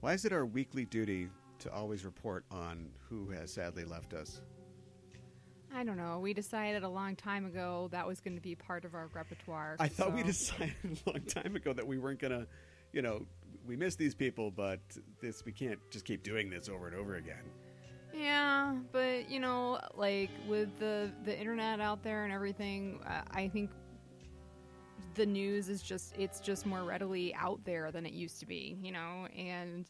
Why is it our weekly duty to always report on who has sadly left us? I don't know. We decided a long time ago that was going to be part of our repertoire. I thought we so- decided a long time ago that we weren't gonna, you know, we miss these people, but this we can't just keep doing this over and over again. Yeah, but you know, like with the the internet out there and everything, uh, I think the news is just it's just more readily out there than it used to be, you know, and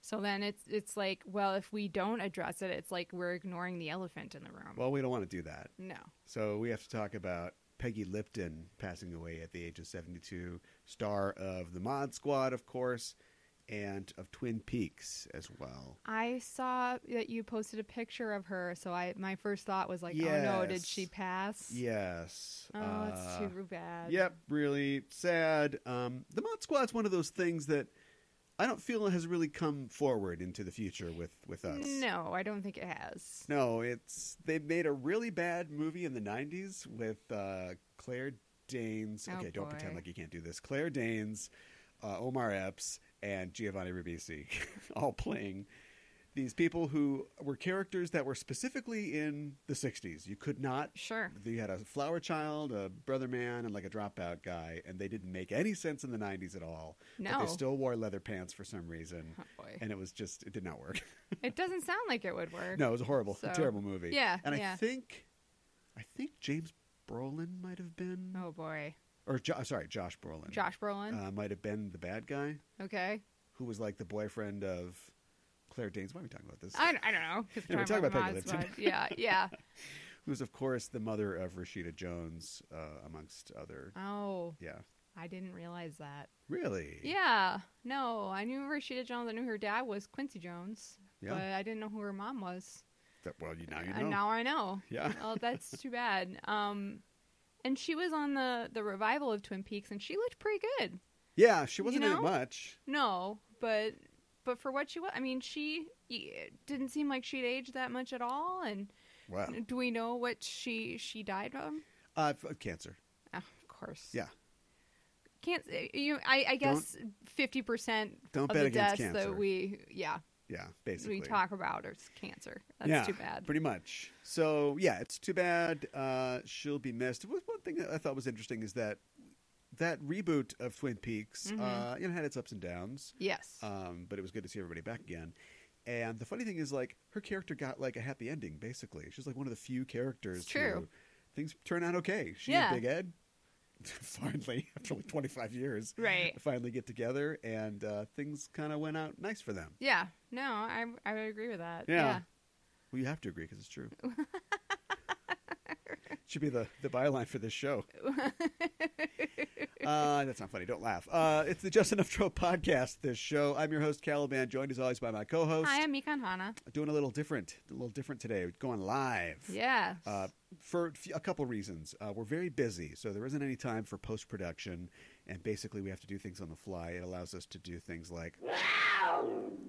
so then it's it's like, well, if we don't address it, it's like we're ignoring the elephant in the room. Well, we don't want to do that, no. so we have to talk about Peggy Lipton passing away at the age of seventy-two, star of the Mod Squad, of course, and of Twin Peaks as well. I saw that you posted a picture of her, so I my first thought was like, oh no, did Yes. she pass? Yes. Oh, it's uh, too bad. Yep, really sad. Um, the Mod Squad's one of those things that I don't feel has really come forward into the future with with us. No, I don't think it has. No, it's they made a really bad movie in the '90s with uh, Claire Danes. Oh, okay, don't pretend boy. like you can't do this. Claire Danes, uh, Omar Epps, and Giovanni Ribisi, all playing these people who were characters that were specifically in the '60s. You could not Sure. you had a flower child, a brother man, and like a dropout guy, and they didn't make any sense in the '90s at all. but No. they still wore leather pants for some reason, Oh, boy. and it was just it did not work. It doesn't sound like it would work. no, it was a horrible, So- terrible movie. Yeah, and I yeah. think, I think James Brolin might have been, Oh boy. or jo- uh, sorry, Josh Brolin, Josh Brolin. uh, might have been the bad guy okay. who was like the boyfriend of Claire Danes. Why are we talking about this? I, I don't know. 'cause Yeah, we're talking about Peggy Mod Squad. Lipton. Yeah, yeah. Who's of course the mother of Rashida Jones, uh, amongst other. Oh, yeah, I didn't realize that. really. Yeah. No, I knew Rashida Jones. I knew her dad was Quincy Jones, Yeah. but I didn't know who her mom was. That- well, you now you know. And now I know. Yeah. Oh, that's too bad. Um, and she was on the the revival of Twin Peaks, and she looked pretty good. Yeah, she wasn't in it know? much. No, but but for what she was, I mean, she it didn't seem like she'd aged that much at all, and. Wow. Do we know what she she died from? Uh, f- of cancer. Oh, of course. Yeah. Can't uh, you? I, I guess fifty percent Don't of bet the against deaths cancer. that we yeah yeah, basically. we talk about are cancer. That's yeah, too bad. Pretty much. So yeah, it's too bad. Uh, she'll be missed. One one thing that I thought was interesting is that that reboot of Twin Peaks, uh, Mhm. you know, had its ups and downs, yes. um, but it was good to see everybody back again. And the funny thing is, like, her character got like a happy ending. Basically, she's like one of the few characters. It's true. who- things turn out okay. She Yeah. and Big Ed finally, after like twenty five years, right. finally get together and uh, things kind of went out nice for them. Yeah. No, I I would agree with that. Yeah. Well, you have to agree because it's true. Should be the, the byline for this show. uh, that's not funny. Don't laugh. Uh, it's the Just Enough Trope podcast, this show. I'm your host, Caliban, joined as always by my co host. Hi, I'm Mikan Hana. Doing a little different, a little different today. We're Going live. Yeah. Uh, for f- a couple reasons. Uh, we're very busy, so there isn't any time for post production, and basically we have to do things on the fly. It allows us to do things like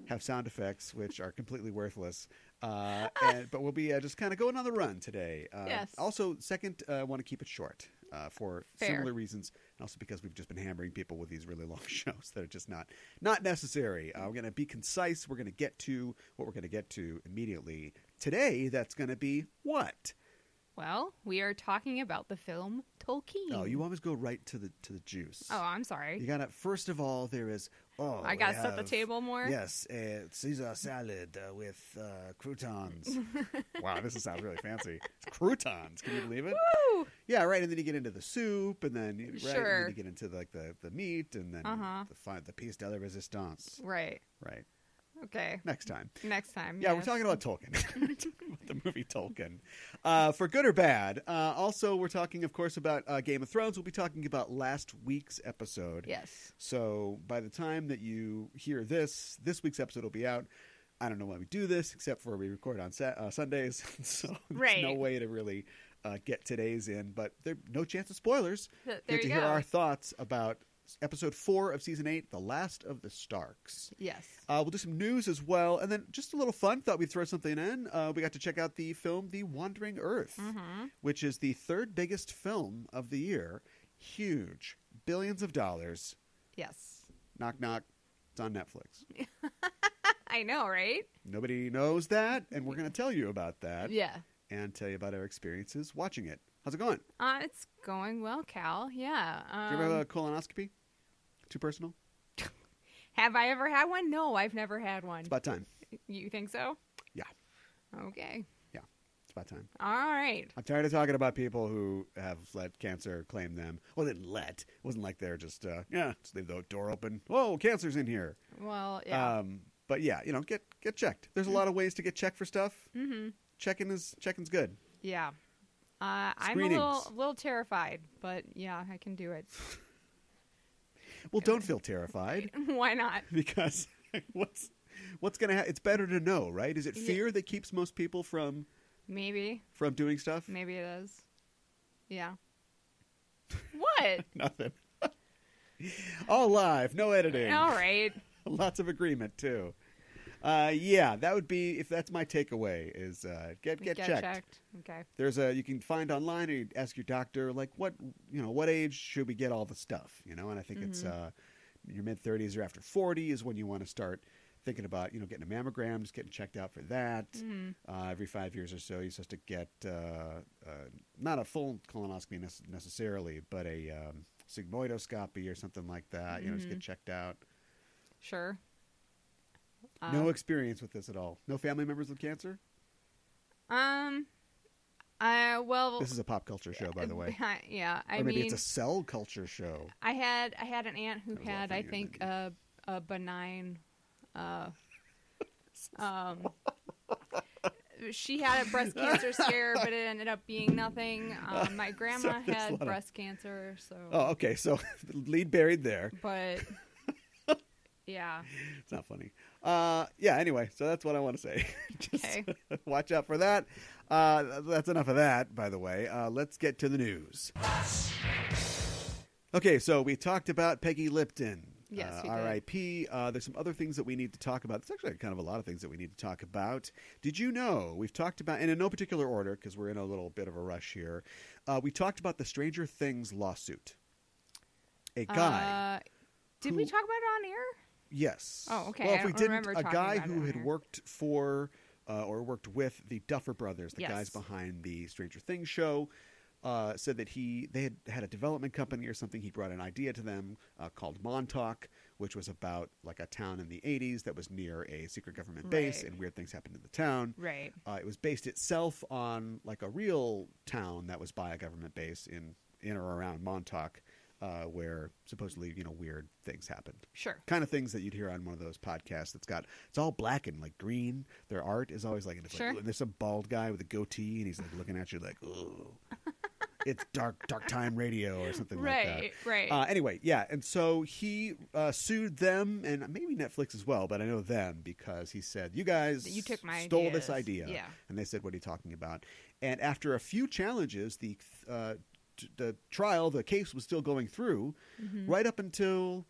have sound effects, which are completely worthless. Uh, and, but we'll be uh, just kind of going on the run today. Uh, Yes. Also, second, uh, I want to keep it short uh, for Fair. similar reasons, and also because we've just been hammering people with these really long shows that are just not not necessary. Uh, we're going to be concise. We're going to get to what we're going to get to immediately. Today, that's going to be what? well, we are talking about the film Tolkien. No, Oh, you always go right to the to the juice. Mm. Oh, I'm you sorry. gotta. First of all, there is. Oh, I we gotta set the have- table more. Yes, uh, Caesar salad uh, with uh, croutons. wow, this sounds really fancy. It's croutons. Can you believe it? Woo! Yeah, right. And then you get into the soup, and then you- right, and then Sure. you get into like the, the meat, and then Uh-huh. the fi- the piece de la resistance. Right. Right. Okay. Next time. Next time. Yeah, we're yes. talking about Tolkien, We're talking about the movie Tolkien, uh, for good or bad. Uh, also, we're talking, of course, about uh, Game of Thrones. We'll be talking about last week's episode. Yes. So by the time that you hear this, this week's episode will be out. I don't know why we do this, except for we record on Sat- uh, Sundays, so there's Right. no way to really uh, get today's in. But there no chance of spoilers. Th- you there get to you hear go. our thoughts about episode four of season eight, the last of the Starks. Yes. Uh, we'll do some news as well, and then just a little fun. Thought we'd throw something in. Uh, we got to check out the film *The Wandering Earth*, Mhm. which is the third biggest film of the year. Huge, billions of dollars. Yes. Knock knock. It's on Netflix. I know, right? Nobody knows that, and we're going to tell you about that Yeah. and tell you about our experiences watching it. How's it going? Uh, it's going well, Cal. Yeah. Do Um, you ever have a colonoscopy? Too personal? have I ever had one? No, I've never had one. It's about time. You think so? Yeah. Okay. It's about time. All right. I'm tired of talking about people who have let cancer claim them. Well, they didn't let. It wasn't like they're just, uh, yeah, just leave the door open. Whoa, cancer's in here. Well, yeah. Um, but yeah, you know, get get checked. There's a lot of ways to get checked for stuff. mm-hmm. Checking is checking's good. Yeah. Uh, I'm a little, Screenings. little terrified, but yeah, I can do it. Well, don't feel terrified Why not? because what's what's gonna happen? It's better to know, right? Is it Yeah. fear that keeps most people from Maybe. from doing stuff? Maybe it is. Yeah. What? Nothing. All live, no editing. All right. Lots of agreement too. Uh, yeah, that would be if that's my takeaway is uh, get get, checked. Okay. There's a you can find online and you ask your doctor like what you know what age should we get all the stuff you know and I think it's Mhm. uh, your mid 30s or after 40 is when you want to start thinking about you know getting a mammogram just getting checked out for that Mhm. uh, every five years or so you're supposed to get uh, uh, not a full colonoscopy nec- necessarily but a um, sigmoidoscopy or something like that you know just Mhm. get checked out Sure. no experience with this at all no family members with cancer Um. Uh. Well. this is a pop culture show by the way Yeah. I or maybe mean, it's a cell culture show I had I had an aunt who That was all had I finger in think the a a benign, uh, um, she had a breast cancer scare, but it ended up being nothing. Um, my grandma there's a had lot of- breast cancer, so oh okay so lead buried there but yeah, It's not funny. Uh, yeah. Anyway, so that's what I want to say. Just okay, watch out for that. Uh, that's enough of that, by the way. Uh, let's get to the news. Okay, so we talked about Peggy Lipton. Yes, uh, we did. R.I.P. Uh, there's some other things that we need to talk about. There's actually kind of a lot of things that we need to talk about. Did you know we've talked about, and in no particular order, because we're in a little bit of a rush here. Uh, we talked about the Stranger Things lawsuit. A guy. Uh, did we who- talk about it on air? Yes. Oh, okay. Well, I if we don't didn't, remember a talking guy about it who on had air. worked for uh, or worked with the Duffer Brothers, the guys Yes. behind the Stranger Things show, uh, said that he they had had a development company or something. He brought an idea to them uh, called Montauk, which was about like a town in the '80s that was near a secret government base, Right. and weird things happened in the town. Right. Uh, it was based itself on like a real town that was by a government base in in or around Montauk, uh, where supposedly you know weird things happened Sure. kind of things that you'd hear on one of those podcasts that's got it's all black and like green their art is always like, and it's like Sure. and there's some bald guy with a goatee and he's like looking at you like ooh it's dark dark time radio or something like that Right. Right. uh, anyway, yeah, and so he uh, sued them and maybe Netflix as well, but I know them because he said, "You guys, You took my stole this idea," ideas." Yeah. and they said, "What are you talking about?" And after a few challenges, the uh, t- the trial, the case was still going through, Mhm. right up until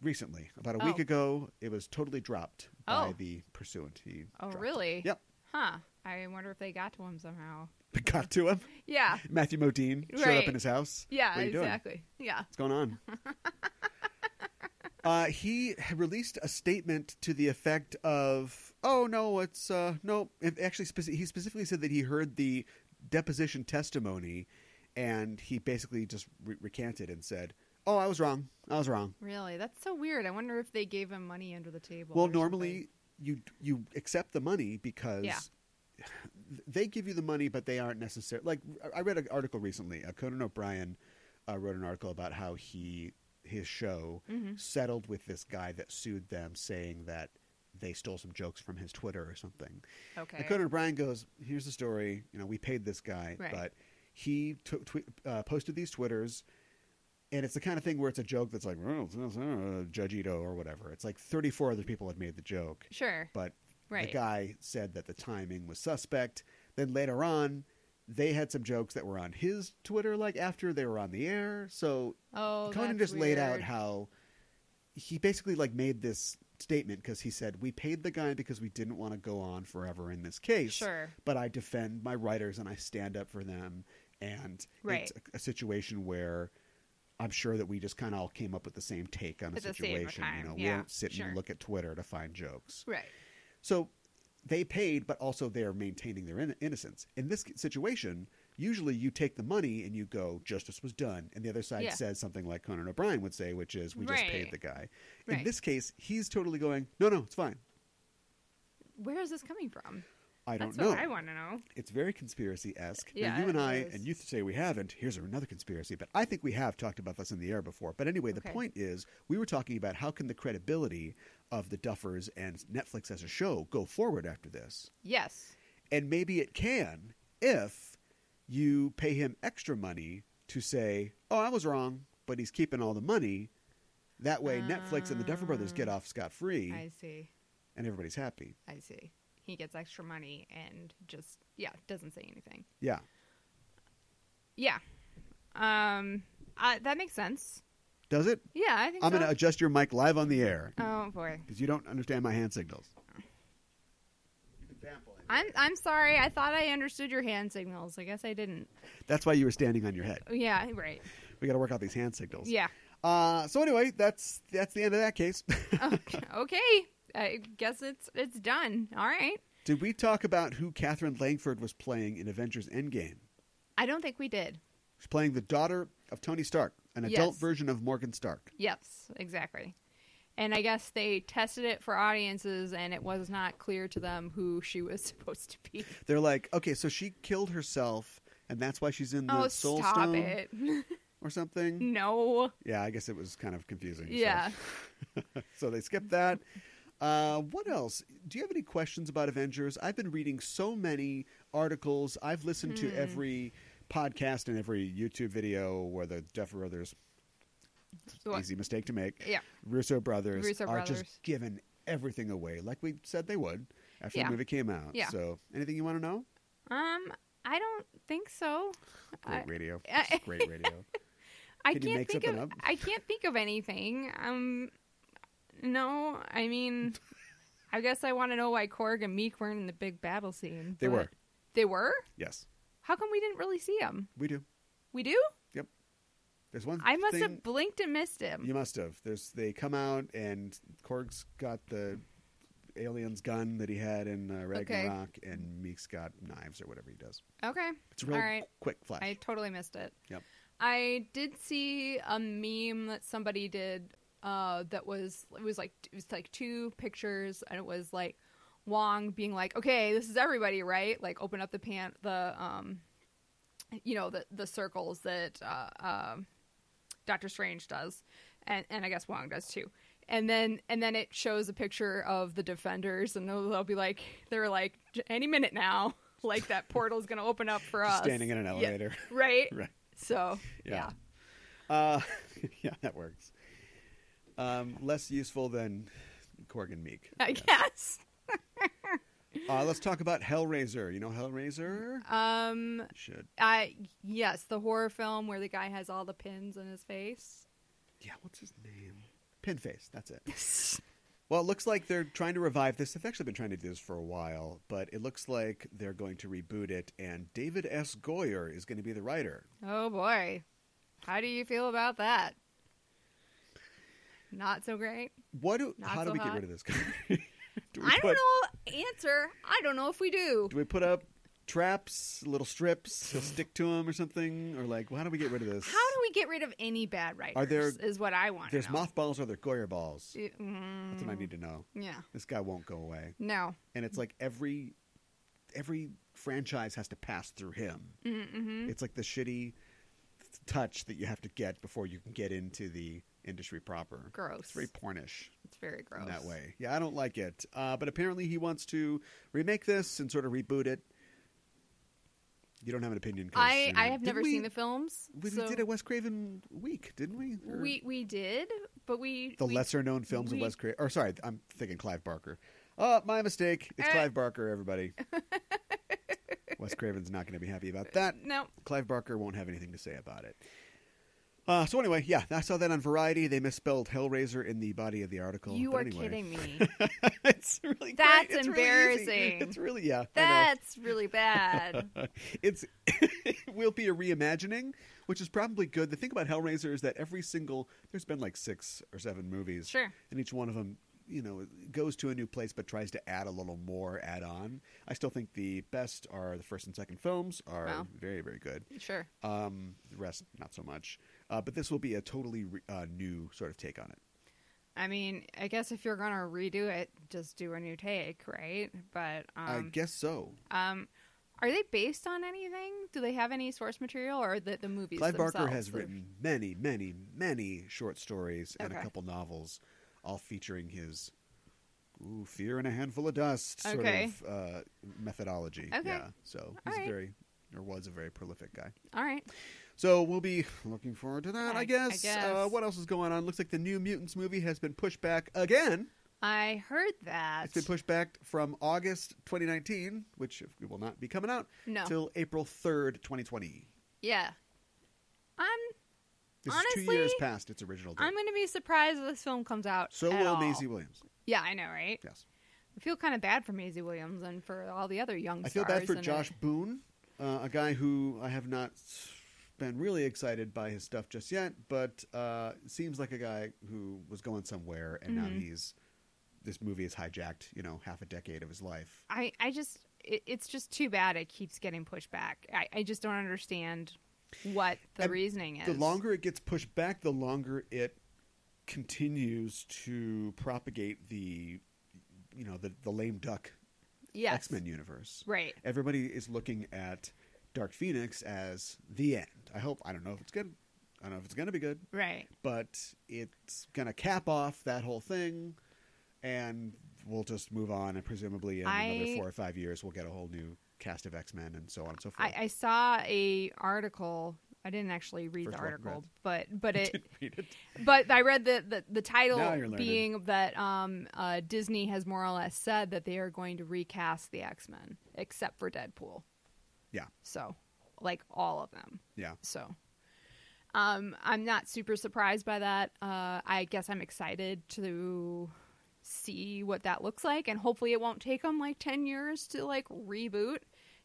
recently, about a week Oh. ago. It was totally dropped by Oh. the pursuant. He Oh, dropped it. really? Yep. Huh. I wonder if they got to him somehow. Got to him. Yeah. Matthew Modine showed up Right. in his house. Yeah. What are you doing? exactly. Yeah. What's going on? uh, he had released a statement to the effect of, "Oh no, it's uh, no." it Actually, speci- he specifically said that he heard the deposition testimony, and he basically just re- recanted and said, "Oh, I was wrong. I was wrong." Really? That's so weird. I wonder if they gave him money under the table. Well, or something. normally you you accept the money because Yeah. they give you the money, but they aren't necessarily like I read an article recently. Uh, Conan O'Brien uh, wrote an article about how he his show Mhm. settled with this guy that sued them, saying that they stole some jokes from his Twitter or something. Okay. And Conan O'Brien goes, "Here's the story. You know, we paid this guy, Right. but he took twe- uh, posted these twitters, and it's the kind of thing where it's a joke that's like "Oh, it's- it's, uh, Judge Ito or whatever. It's like 34 other people had made the joke, Sure. but Right. the guy said that the timing was suspect. Then later on, they had some jokes that were on his Twitter, like after they were on the air. So oh, Conan that's just laid out weird. how he basically like made this statement because he said we paid the guy because we didn't want to go on forever in this case Sure. but I defend my writers and I stand up for them. And Right. it's a, a situation where I'm sure that we just kind of all came up with the same take on a At the same situation. time, you know, we yeah, don't sit sure. and look at Twitter to find jokes. Right. So they paid, but also they're maintaining their in- innocence. In this situation, usually you take the money and you go, justice was done. And the other side Yeah. says something like Conan O'Brien would say, which is, we just paid Right. the guy. In Right. this case, he's totally going, no, no, it's fine. Where is this coming from? I don't That's know. what I want to know. It's very conspiracy esque. Yeah, you and it I, is. and you say we haven't. Here's another conspiracy, but I think we have talked about this in the air before. But anyway, the Okay. point is, we were talking about how can the credibility of the Duffers and Netflix as a show go forward after this, Yes. and maybe it can if you pay him extra money to say, "Oh, I was wrong," but he's keeping all the money. That way, Netflix and the Duffer Brothers get off scot free, I see. and everybody's happy. I see. He gets extra money and just yeah, doesn't say anything. Yeah, Yeah. Um I, that makes sense. does it? Yeah, I think I'm so. going to adjust your mic live on the air. Oh boy. because you don't understand my hand signals. I'm I'm sorry. I thought I understood your hand signals. I guess I didn't. That's why you were standing on your head. Yeah, right. We got to work out these hand signals. Yeah. Uh, so anyway, that's that's the end of that case. okay. Oh, okay. I guess it's it's done. All right. Did we talk about who Catherine Langford was playing in Avengers Endgame? I don't think we did. She's playing the daughter of Tony Stark, an adult Yes. version of Morgan Stark. Yes, exactly. And I guess they tested it for audiences and it was not clear to them who she was supposed to be. They're like, okay, so she killed herself, and that's why she's in the oh, Soul stop Stone it. or something. no. Yeah, I guess it was kind of confusing. so- Yeah. so they skipped that. Uh, what else? Do you have any questions about Avengers? I've been reading so many articles. I've listened to Hmm. every podcast and every YouTube video where the Duffer Brothers, So what- easy mistake to make, Yeah. Russo Brothers Russo are brothers. just giving everything away like we said they would after Yeah. the movie came out. Yeah. So anything you want to know? Um, I don't think so. Great I- radio. I- This is great radio. I Can you can't make think of something up? I can't think of anything. Um no, I mean I guess I want to know why Korg and Meek weren't in the big battle scene. They but- were. They were? Yes. How come we didn't really see him? We do. We do? There's one I must thing have blinked and missed him. You must have. There's they come out and Korg's got the alien's gun that he had in uh, Okay. Ragnarok, and Meek's got knives or whatever he does. Okay. It's a real All right. quick flash. I totally missed it. Yep. I did see a meme that somebody did uh, that was it was like it was like two pictures and it was like Wong being like, "Okay, this is everybody, right?" Like open up the pan the um you know the the circles that uh, um Doctor Strange does and and I guess Wong does too. And then and then it shows a picture of the defenders and they'll, they'll be like they're like "J- any minute now like that portal's going to open up for Just us. standing in an Yeah. elevator. Right? right. So, Yeah. yeah. Uh, yeah, that works. Um, less useful than Korg and Meek. I guess. Uh, let's talk about Hellraiser. You know Hellraiser? Um Should I yes, the horror film where the guy has all the pins in his face. yeah. What's his name? Pinface. That's it. Well, it looks like they're trying to revive this. They've actually been trying to do this for a while, but it looks like they're going to reboot it, and David S. Goyer is going to be the writer. Oh boy. How do you feel about that? Not so great. What do, Not how do so we get hot. rid of this guy? do I put, don't know answer. I don't know if we do. Do we put up traps, little strips, he'll stick to him or something? Or, like, well, how do we get rid of this? How do we get rid of any bad writers? Are there- is what I want. There's to know. mothballs or there Goyer balls. Mm, That's what I need to know. Yeah. This guy won't go away. No. And it's like every every franchise has to pass through him. Mm-hmm. It's like the shitty touch that you have to get before you can get into the industry proper. Gross. It's very pornish It's very gross. in that way. Yeah, I don't like it. Uh, but apparently he wants to remake this and sort of reboot it. You don't have an opinion. 'cause, I, you know, I have didn't never we- seen the films. We so did a Wes Craven week, didn't we? Or we we did, but we the we, lesser known films of we- Wes Craven. Or sorry, I'm thinking Clive Barker. Oh, my mistake. It's Eh. Clive Barker, everybody. Wes Craven's not going to be happy about that. No. Clive Barker won't have anything to say about it. Uh, so anyway, yeah, I saw that on Variety. They misspelled Hellraiser in the body of the article. you but are anyway. kidding me. it's really That's great. It's really embarrassing. easy. it's really yeah. I That's really bad. know. it's it will be a reimagining, which is probably good. The thing about Hellraiser is that every single there's been like six or seven movies, Sure. and each one of them you know goes to a new place but tries to add a little more add on. I still think the best are the first and second films are Wow. very very good. Sure. Um, the rest not so much. Uh, but this will be a totally re- uh, new sort of take on it. I mean, I guess if you're gonna redo it, just do a new take, right? But I um, guess so. um, are they based on anything? Do they have any source material, or the the movies? Clive Barker themselves? has written many, many, many short stories and a Okay. couple novels, all featuring his ooh, fear and a handful of dust sort Okay. of uh, methodology. Okay. Yeah. So All he's right. very or was a very prolific guy. All right. So we'll be looking forward to that, I, I- I guess. Uh, guess. what else is going on? Looks like the New Mutants movie has been pushed back again. I heard that. It's been pushed back from August 2019, which will not be coming out, No. till April 3rd, 2020. yeah. I'm This is two Honestly, years past its original date. I'm gonna be surprised if this film comes out. So at will all. Maisie Williams. Yeah, I know, right? Yes. I feel kind of bad for Maisie Williams and for all the other young. I feel bad stars for in it. Josh Boone, uh, a guy who I have not s- been really excited by his stuff just yet, but uh, seems like a guy who was going somewhere, and now Mhm. he's this movie has hijacked, you know, half a decade of his life. I, I just, it, it's just too bad it keeps getting pushed back. I, I just don't understand what the And reasoning is. The longer it gets pushed back, the longer it continues to propagate the, you know, the the lame duck yes. X Men universe. Right. everybody is looking at Dark Phoenix as the end. I hope. I don't know if it's good. I don't know if it's going to be good, Right. but it's going to cap off that whole thing, and we'll just move on. And presumably, in another I- four or five years, we'll get a whole new cast of X Men and so on and so forth. I, I saw a article. I didn't actually read First the one, article, right. but but it Read it. but I read the the, the Now you're title learning. being that um, uh, Disney has more or less said that they are going to recast the X Men except for Deadpool. Yeah. So, like all of them. Yeah. So, um, I'm not super surprised by that. Uh, I guess I'm excited to see what that looks like, and hopefully it won't take them like ten years to like reboot.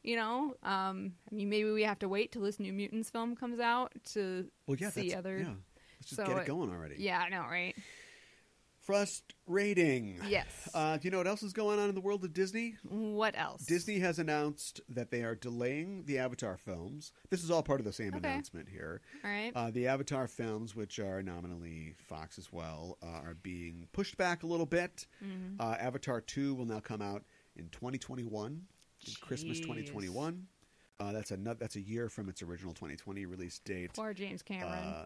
You know, um, I mean, maybe we have to wait till this New Mutants film comes out to Well, yeah. see that's, other. Yeah. Let's just so get it it- going already. Yeah, I know, right? Frustrating. Yes. Uh, do you know what else is going on in the world of Disney? what else? Disney has announced that they are delaying the Avatar films. This is all part of the same Okay. announcement here. All right. Uh, the Avatar films, which are nominally Fox as well, uh, are being pushed back a little bit. Mhm. Uh, Avatar 2 will now come out in 2021, in Christmas Jeez. 2021. Uh, that's a nut- that's a year from its original 2020 release date. Poor James Cameron. Uh,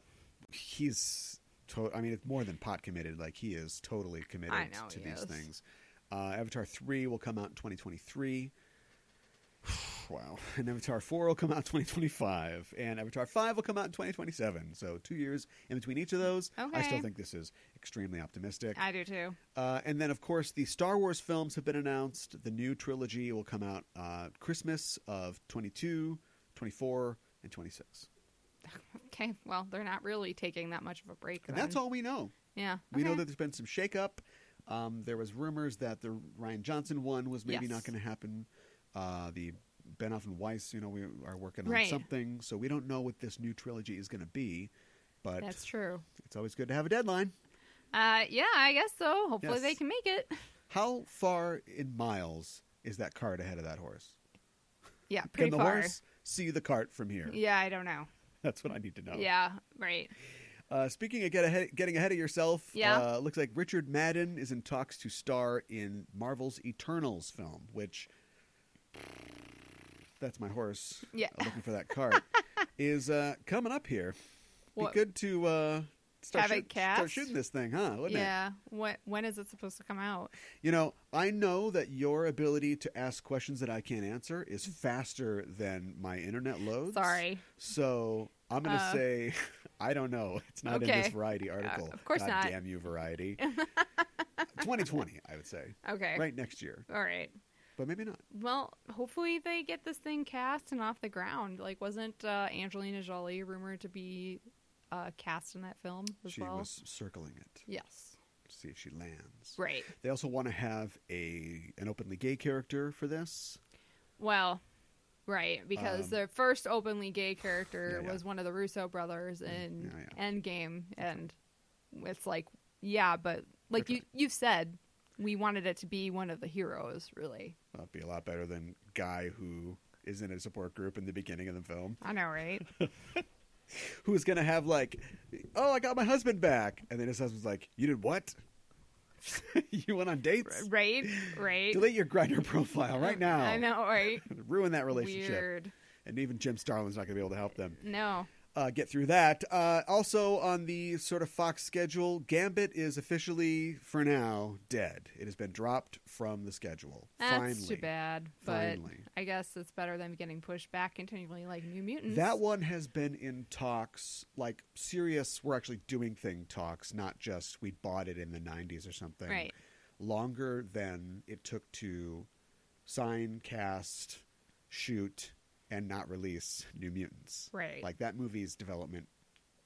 he's, to- I mean, it's more than pot committed. Like he is totally committed I know to he these is. things. Uh, Avatar 3 will come out in 2023. Wow. And Avatar 4 will come out in 2025. And Avatar 5 will come out in 2027. So, two years in between each of those. I still Okay. think this is extremely optimistic. I do too. Uh, and then, of course, the Star Wars films have been announced. The new trilogy will come out uh, Christmas of 22, 24, and 26. Okay, well, they're not really taking that much of a break. And then. that's all we know. Yeah. We know okay. that there's been some shakeup. Um, there was rumors that the Ryan Johnson one was maybe Yes. not going to happen. Uh, the Benoff and Weiss, you know, we are working on Right. something, so we don't know what this new trilogy is going to be. But That's true. it's always good to have a deadline. Uh, yeah, I guess so. Hopefully they Yes. can make it. How far in miles is that cart ahead of that horse? Yeah, pretty Can the far. horse see the cart from here? Yeah, I don't know. That's what I need to know. Yeah, right. Uh, speaking of get ahead, getting ahead of yourself, Yeah. uh, looks like Richard Madden is in talks to star in Marvel's Eternals film, which that's my horse. Yeah. uh, looking for that cart is uh, coming up here. What- Be good to uh, start, Have it shoot- cast? start shooting this thing, huh? Wouldn't it? yeah. What? When is it supposed to come out? You know, I know that your ability to ask questions that I can't answer is faster than my internet loads. Sorry. So I'm going to Uh, say, I don't know. It's not in this okay. Uh, Variety article. of course God not. damn you, Variety. 2020, I would say. Okay. Right next year. All right. But maybe not. Well, hopefully they get this thing cast and off the ground. Like, wasn't uh, Angelina Jolie rumored to be uh, cast in that film as she well? was circling it Yes. to see if she lands. Right. They also want to have a an openly gay character for this. Well, right, because Um, the first openly gay character Yeah, yeah. Mm, was one of the Russo brothers in yeah, Endgame, and it's like, yeah, but like you you've said, we wanted it to be one of the heroes, really. That'd be a lot better than guy who is in a support group in the beginning of the film, I know, right? who's gonna have like, oh, I got my husband back, and then his husband's like, you did what? you went on dates? right, right. Delete your grinder profile right now. I know, right? Ruin that relationship. Weird. And even Jim Starlin's not gonna be able to help them. No. uh, get through that. Uh, also, on the sort of Fox schedule, Gambit is officially, for now, dead. It has been dropped from the schedule. That's Finally. too bad, but Finally. I guess it's better than getting pushed back continually like New Mutants. That one has been in talks, like serious, we're actually doing thing talks, not just we bought it in the 90s or something. Right. Longer than it took to sign, cast, shoot, and not release New Mutants. Right. Like that movie's development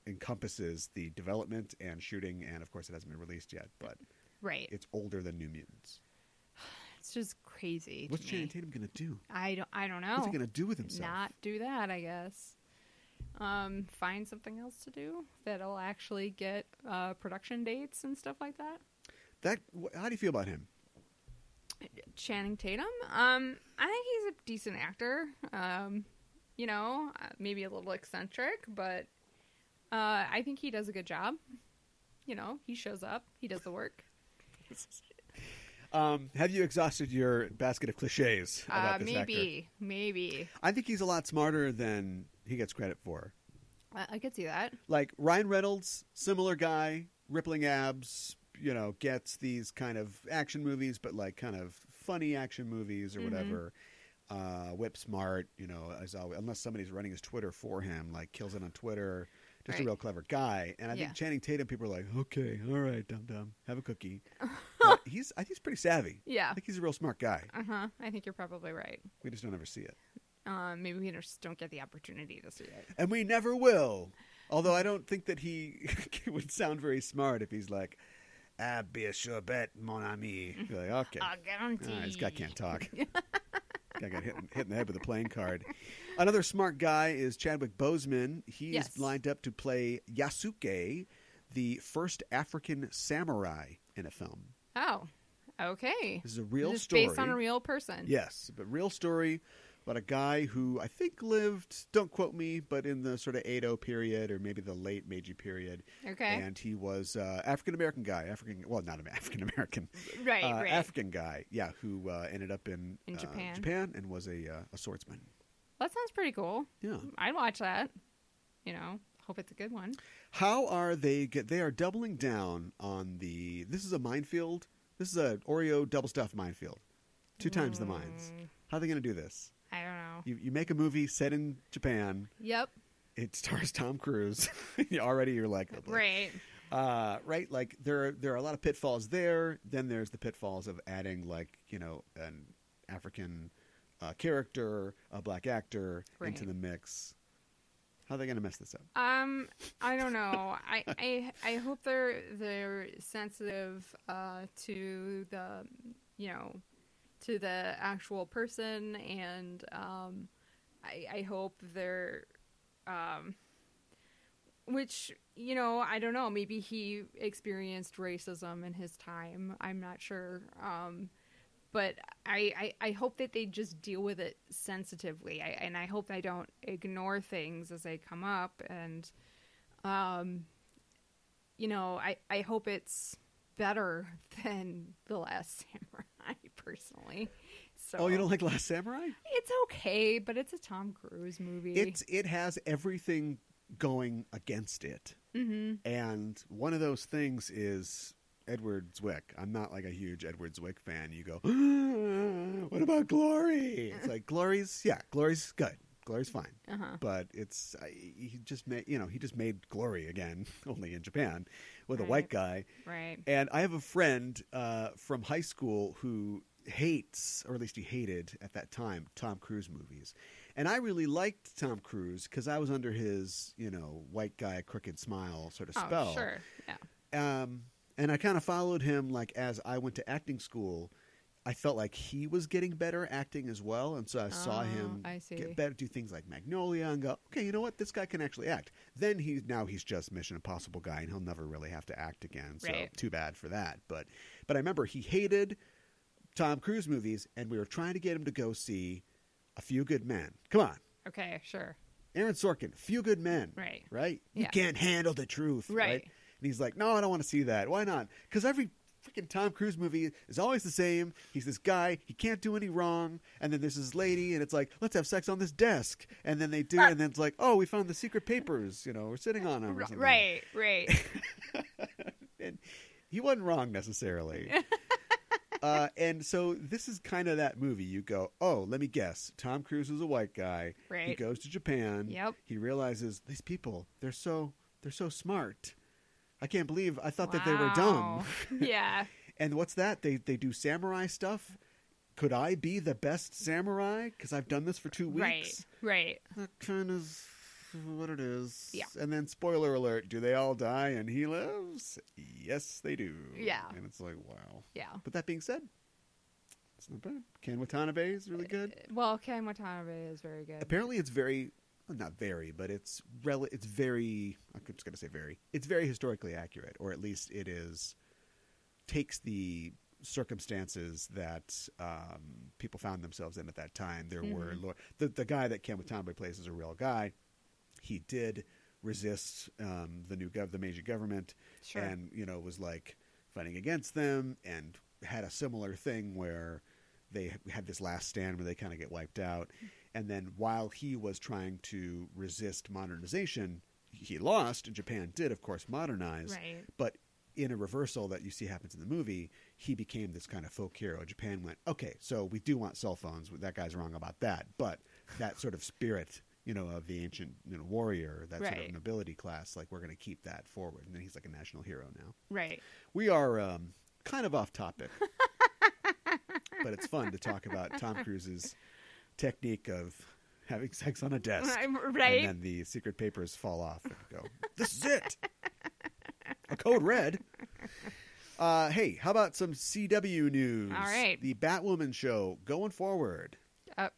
encompasses the development and shooting, and of course it hasn't been released yet, but right. it's older than New Mutants. It's just crazy. to What's Channing me. Tatum going to do? I don't. I don't know. What's he going to do with himself? Oh, Not do that, I guess. Um, find something else to do that'll actually get uh, production dates and stuff like that. That. wh- How do you feel about him? Channing Tatum. Um, I think he's a decent actor. Um, you know, uh, maybe a little eccentric, but uh, I think he does a good job. You know, he shows up, he does the work. Um, have you exhausted your basket of cliches about Uh, this actor? maybe, maybe I think he's a lot smarter than he gets credit for. I, I could see that. Like Ryan Reynolds, similar guy, rippling abs, you know, gets these kind of action movies, but like kind of funny action movies or Mhm. whatever. Uh, whip smart, you know, as always, unless somebody's running his Twitter for him, like kills it on Twitter. Just a Right. real clever guy. And I Yeah. think Channing Tatum, people are like, okay, all right, dum dum, have a cookie. But he's, I think he's pretty savvy. I Yeah. think he's a real smart guy. Uh huh. I think you're probably right. We just don't ever see it. Um, maybe we just don't get the opportunity to see it. and we never will. Although I don't think that he would sound very smart if he's like, "Ah, bien sûr, bet, mon ami." You're like, okay, I guarantee. All right, this guy can't talk. guy got hit, hit in the head with a playing card. Another smart guy is Chadwick Boseman. He's Yes. lined up to play Yasuke, the first African samurai in a film. Oh, okay. This is a real Just story based on a real person. Yes, but real story about a guy who I think lived, don't quote me, but in the sort of Edo period or maybe the late Meiji period. Okay. And he was uh, African American guy, African well, not African American, right. uh, right. African guy, yeah, who uh, ended up in, In uh, Japan. Japan and was a uh, a swordsman. that sounds pretty cool. Yeah. I'd watch that. You know, hope it's a good one. How are they? Get, they are doubling down on the. This is a minefield. This is a Oreo double stuffed minefield. Two times the mines. Mm, How are they going to do this? I don't know. You, you make a movie set in Japan. Yep. it stars Tom Cruise. You Already, you're like, oh, boy. Right. uh, right? Like there, are, there are a lot of pitfalls there. Then there's the pitfalls of adding like you know an African uh, character, a black actor into Right. the mix. How are they going to mess this up? Um, I don't know. I, I I hope they're they're sensitive uh, to the you know to the actual person, and um, I I hope they're um, which you know I don't know. Maybe he experienced racism in his time. I'm not sure. Um, but I, I, I hope that they just deal with it sensitively I, and i hope they don't ignore things as they come up and um, you know I, I hope it's better than the last samurai personally so Oh, you don't like Last Samurai? it's okay but it's a tom cruise movie It's it has everything going against it, hmm and one of those things is. Edward Zwick. I'm not like a huge Edward Zwick fan. You go, what about Glory? It's like Glory's, yeah, Glory's good. Glory's fine. uh-huh but it's I, he just made you know he just made glory again only in japan with a Right. white guy right and i have a friend uh, from high school who hates or at least he hated at that time tom cruise movies and i really liked tom cruise because i was under his you know white guy crooked smile sort of spell oh sure yeah um, and I kind of followed him like as I went to acting school. I felt like he was getting better acting as well, and so I saw Oh, him I see. get better, do things like Magnolia, and go, okay, you know what, this guy can actually act. Then he now he's just Mission Impossible guy, and he'll never really have to act again. So Right. too bad for that. But but I remember he hated Tom Cruise movies, and we were trying to get him to go see A Few Good Men. Come on, Okay, sure. Aaron Sorkin, Few Good Men. Right. Right? You Yeah. can't handle the truth. Right. Right. And he's like, no, I don't want to see that. Why not? Because every freaking Tom Cruise movie is always the same. He's this guy, he can't do any wrong. And then there's this lady, and it's like, let's have sex on this desk. And then they do, and then it's like, oh, we found the secret papers. You know, we're sitting on them. R- right, right. And he wasn't wrong necessarily. uh, and so this is kind of that movie. You go, oh, let me guess. Tom Cruise is a white guy. He Right. goes to Japan. Yep. He realizes these people, they're so they're so smart. I can't believe I thought that they were dumb. Wow. yeah. And what's that? They they do samurai stuff. Could I be the best samurai? Because I've done this for two weeks. Right. Right. That kind of what it is. Yeah. And then spoiler alert, do they all die and he lives? Yes, they do. Yeah. And it's like, wow. Yeah. But that being said, it's not bad. Ken Watanabe is really good. Well, Ken Watanabe is very good. Apparently it's very well, not very, but it's rel- it's very I'm just going to say very. It's very historically accurate or at least it is takes the circumstances that um, people found themselves in at that time. There were Mhm. lo- the the guy that Ken Watanabe plays is a real guy. He did resist um, the new gov- the Meiji government, Sure. and you know was like fighting against them, and had a similar thing where they had this last stand where they kind of get wiped out, and then while he was trying to resist modernization, he lost, and Japan did, of course, modernize, right. but in a reversal that you see happens in the movie, he became this kind of folk hero. Japan went, okay, so we do want cell phones. That guy's wrong about that, but that sort of spirit, you know, of the ancient you know, warrior, that sort of Right. nobility class, like we're going to keep that forward. And then he's like a national hero now. Right. We are um, kind of off topic, but it's fun to talk about Tom Cruise's technique of having sex on a desk. I'm- right. And then the secret papers fall off and go, this is it. A code red. Uh, hey, how about some CW news? All right. The Batwoman show going forward. Uh,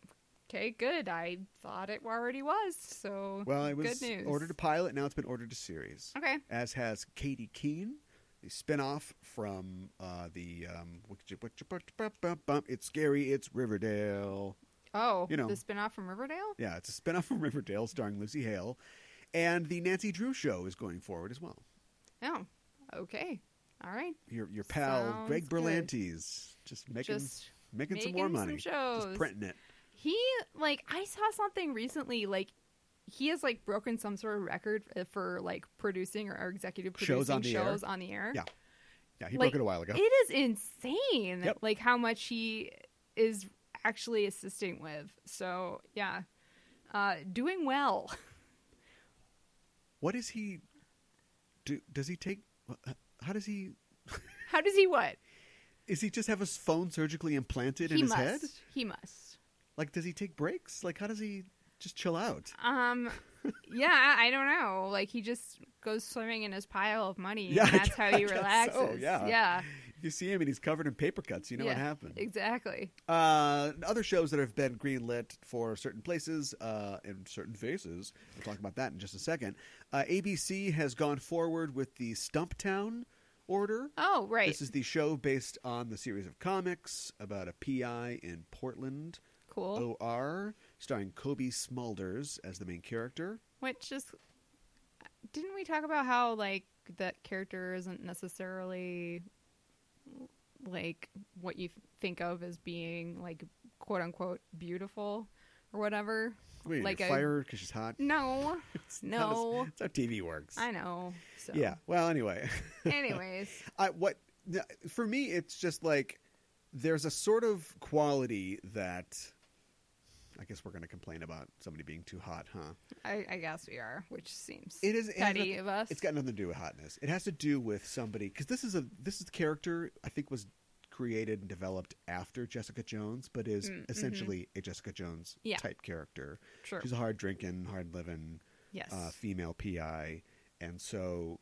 okay, good. I thought it already was. So Well, it was good news. ordered to pilot. Now it's been ordered to series. Okay. As has Katie Keene, the spinoff from uh, the um, It's Scary, It's Riverdale. Oh, You know. the spinoff from Riverdale. Yeah, it's a spinoff from Riverdale starring Lucy Hale. And the Nancy Drew show is going forward as well. Oh, okay. All right. your your pal Sounds Greg good. Berlanti's just making Just making, some making more some money, just shows. printing it. He like I saw something recently like. He has like broken some sort of record uh, for like producing or or executive producing Shows on the air. on the air. Yeah. Yeah, he Like, broke it a while ago. It is insane, Yep. like how much he is actually assisting with. So yeah, uh, doing well. what is he? Do, does he take? How does he? How does he what? Is he just have his phone surgically implanted in he his must. head? He must. Like, does he take breaks? Like, how does he just chill out? Um, yeah, I don't know. Like he just goes swimming in his pile of money, Yeah, I and that's gu- how I he guess so, relaxes. yeah. yeah, You see him and he's covered in paper cuts. You know what yeah, happened. Exactly. Uh, other shows that have been greenlit for certain places uh, and certain faces. We'll talk about that in just a second. Uh, ABC has gone forward with the Stumptown order. Oh, right. This is the show based on the series of comics about a PI in Portland, cool. OR, starring Kobe Smulders as the main character. Which is, didn't we talk about how like that character isn't necessarily like what you think of as being like quote unquote beautiful or whatever? Wait, Like you a- fire because she's hot. No, It's not no. as- It's how TV works. I know. So Yeah. Well, anyway. Anyways, I what th- for me it's just like there's a sort of quality that I guess we're going to complain about somebody being too hot, huh? I, I guess we are, which seems It is it has petty noth- of us. It's got nothing to do with hotness. It has to do with somebody because this is a this is the character I think was created and developed after Jessica Jones, but is Mm, mhm. essentially a Jessica Jones Yeah. type character. True. She's a hard drinking, hard living, yes. uh, female PI, and so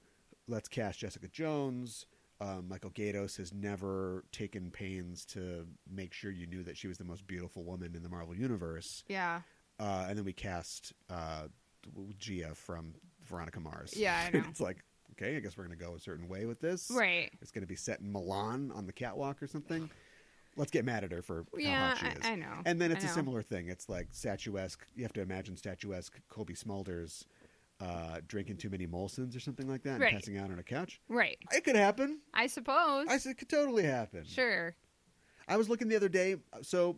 let's cast Jessica Jones. Um, Michael Gatos has never taken pains to make sure you knew that she was the most beautiful woman in the Marvel universe. Yeah. Uh, and then we cast uh, Gia from Veronica Mars. Yeah, I know. it's like okay, I guess we're gonna go a certain way with this. Right. It's gonna be set in Milan on the catwalk or something. Let's get mad at her for Yeah, how hot she is. I, I know. And then it's I a know. similar thing. It's like statuesque. You have to imagine statuesque Colby Smulders uh, drinking too many Molsons or something like that and Right. passing out on a couch. Right. It could happen. I suppose. I said it could totally happen. sure. I was looking the other day, so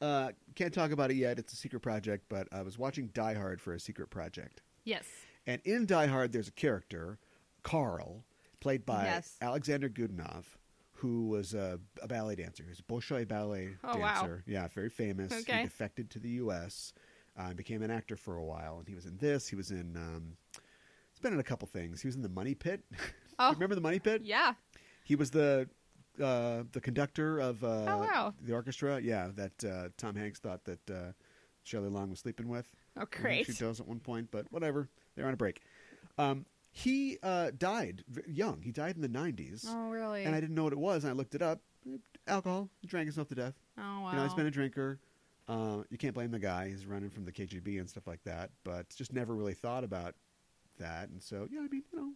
uh, can't talk about it yet. It's a secret project, but I was watching Die Hard for a secret project. Yes. And in Die Hard, there's a character, Carl, played by Yes. Alexander Gudinov, who was a, a ballet dancer. He was a Bolshoi ballet Oh, wow. dancer. Yeah, very famous. Okay. He defected to the U.S. uh, and became an actor for a while. And he was in this. He was in. Um, he's been in a couple things. He was in the Money Pit. You Oh. remember the Money Pit? Yeah. He was the uh, the conductor of uh, Oh, wow. the orchestra. Yeah, that uh, Tom Hanks thought that uh, Shelley Long was sleeping with. I Oh, think great. She does at one point, but whatever. They're on a break. Um, he uh, died v- young. He died in the 90s. Oh, really? And I didn't know what it was, and I looked it up. Alcohol. He drank himself to death. oh, wow. You know, he's been a drinker. Uh, you can't blame the guy. He's running from the KGB and stuff like that, but just never really thought about that. And so, yeah, I mean, you know,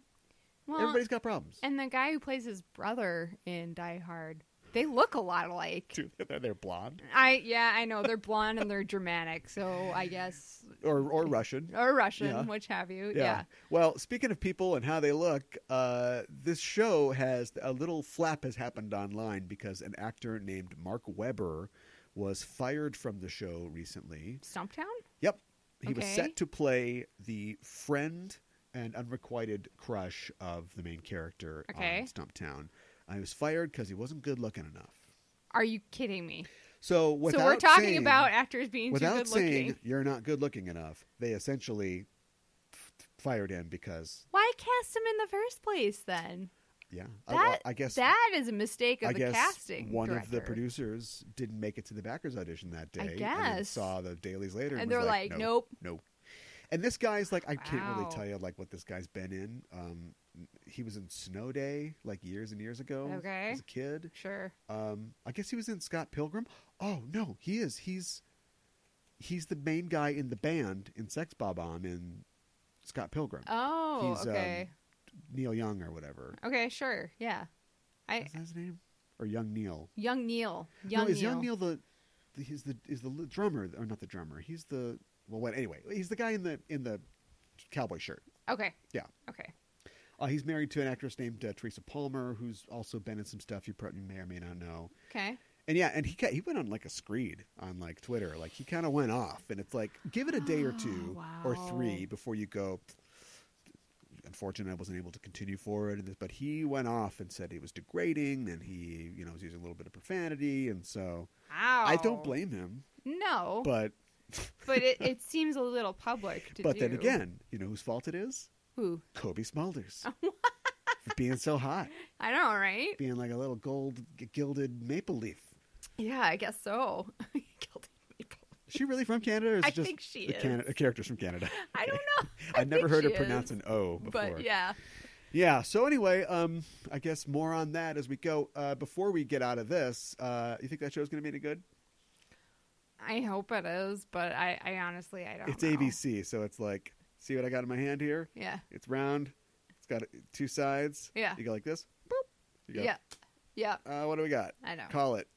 well, everybody's got problems. and the guy who plays his brother in Die Hard, they look a lot alike. Dude, they're- they're blonde. I yeah, I know they're blonde and they're dramatic, so I guess Or, or Russian. or Russian, Yeah. which have you? Yeah. Well, speaking of people and how they look, uh, this show has a little flap has happened online because an actor named Mark Weber was fired from the show recently. Stumptown? Yep. He was Okay. set to play the friend and unrequited crush of the main character Okay. on Stumptown. Uh, he was fired because he wasn't good looking enough. Are you kidding me? So, without so we're talking saying- about actors being too without good looking. saying you're not good looking enough, they essentially f- f- fired him because Why cast him in the first place then? Yeah, I- well, That I, guess that is a mistake of I the guess casting. one of the director. producers didn't make it to the backers audition that day. I and then guess. saw the dailies later, and, And was they're like, like, no, nope. nope. And this guy's like, I can't really Wow. tell you like what this guy's been in. Um, he was in Snow Day like years and years ago. Okay. as a kid. Sure. Um, I guess he was in Scott Pilgrim. Oh no, he is. He's he's the main guy in the band in Sex Bob Bomb in Scott Pilgrim. Oh, He's, um, okay. Neil Young or whatever. okay, sure. Yeah. I Is that his name? Or Young Neil. Young Neil. Young no, is Neil. Young Neil the, the he's the is the l- drummer or not the drummer? He's the well, what anyway? He's the guy in the in the cowboy shirt. Okay. Yeah. Okay. Uh, he's married to an actress named uh, Teresa Palmer, who's also been in some stuff you probably may or may not know. Okay. And yeah, and he ca- he went on like a screed on like Twitter, like he kind of went off, and it's like give it a day or Oh, two or three wow. before you go. Unfortunately, I wasn't able to continue forward, in this, but he went off and said it was degrading, and he you know was using a little bit of profanity, and so Wow. I don't blame him, No, but, but it, it seems a little public to but do. then again, you know whose fault it is? Ooh, Kobe Smulders for being so hot, I know, right? being like a little gold g- gilded maple leaf. Yeah, I guess so. Guilty people. Is she really from Canada? Or is I it just think she the is. Cana- the characters from Canada. I don't know, I've never think heard her she pronounce is, an O before. but yeah. Yeah, So anyway, um, I guess more on that as we go. Uh, before we get out of this, uh, you think that show's going to be any good? I hope it is, but I, I honestly I don't it's know. ABC, so it's like, see what I got in my hand here? Yeah. It's round. It's got two sides. Yeah. You go like this. Boop. You go, Yeah. Yeah. Uh, what do we got? I know. Call it.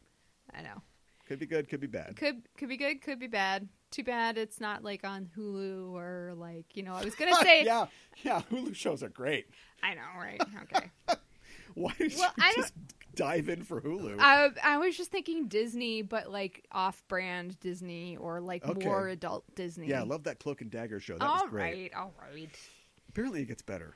I know. Could be good. Could be bad. Could could be good, could be bad. Too bad it's not like on Hulu or like, you know, I was gonna say yeah, yeah. Hulu shows are great. I know, right. Okay. Why did Well, you I just dive in for Hulu? I I was just thinking Disney, but like off brand Disney or like Okay. more adult Disney. yeah, I love that Cloak and Dagger show. That All was great. right, all right. Apparently, it gets better.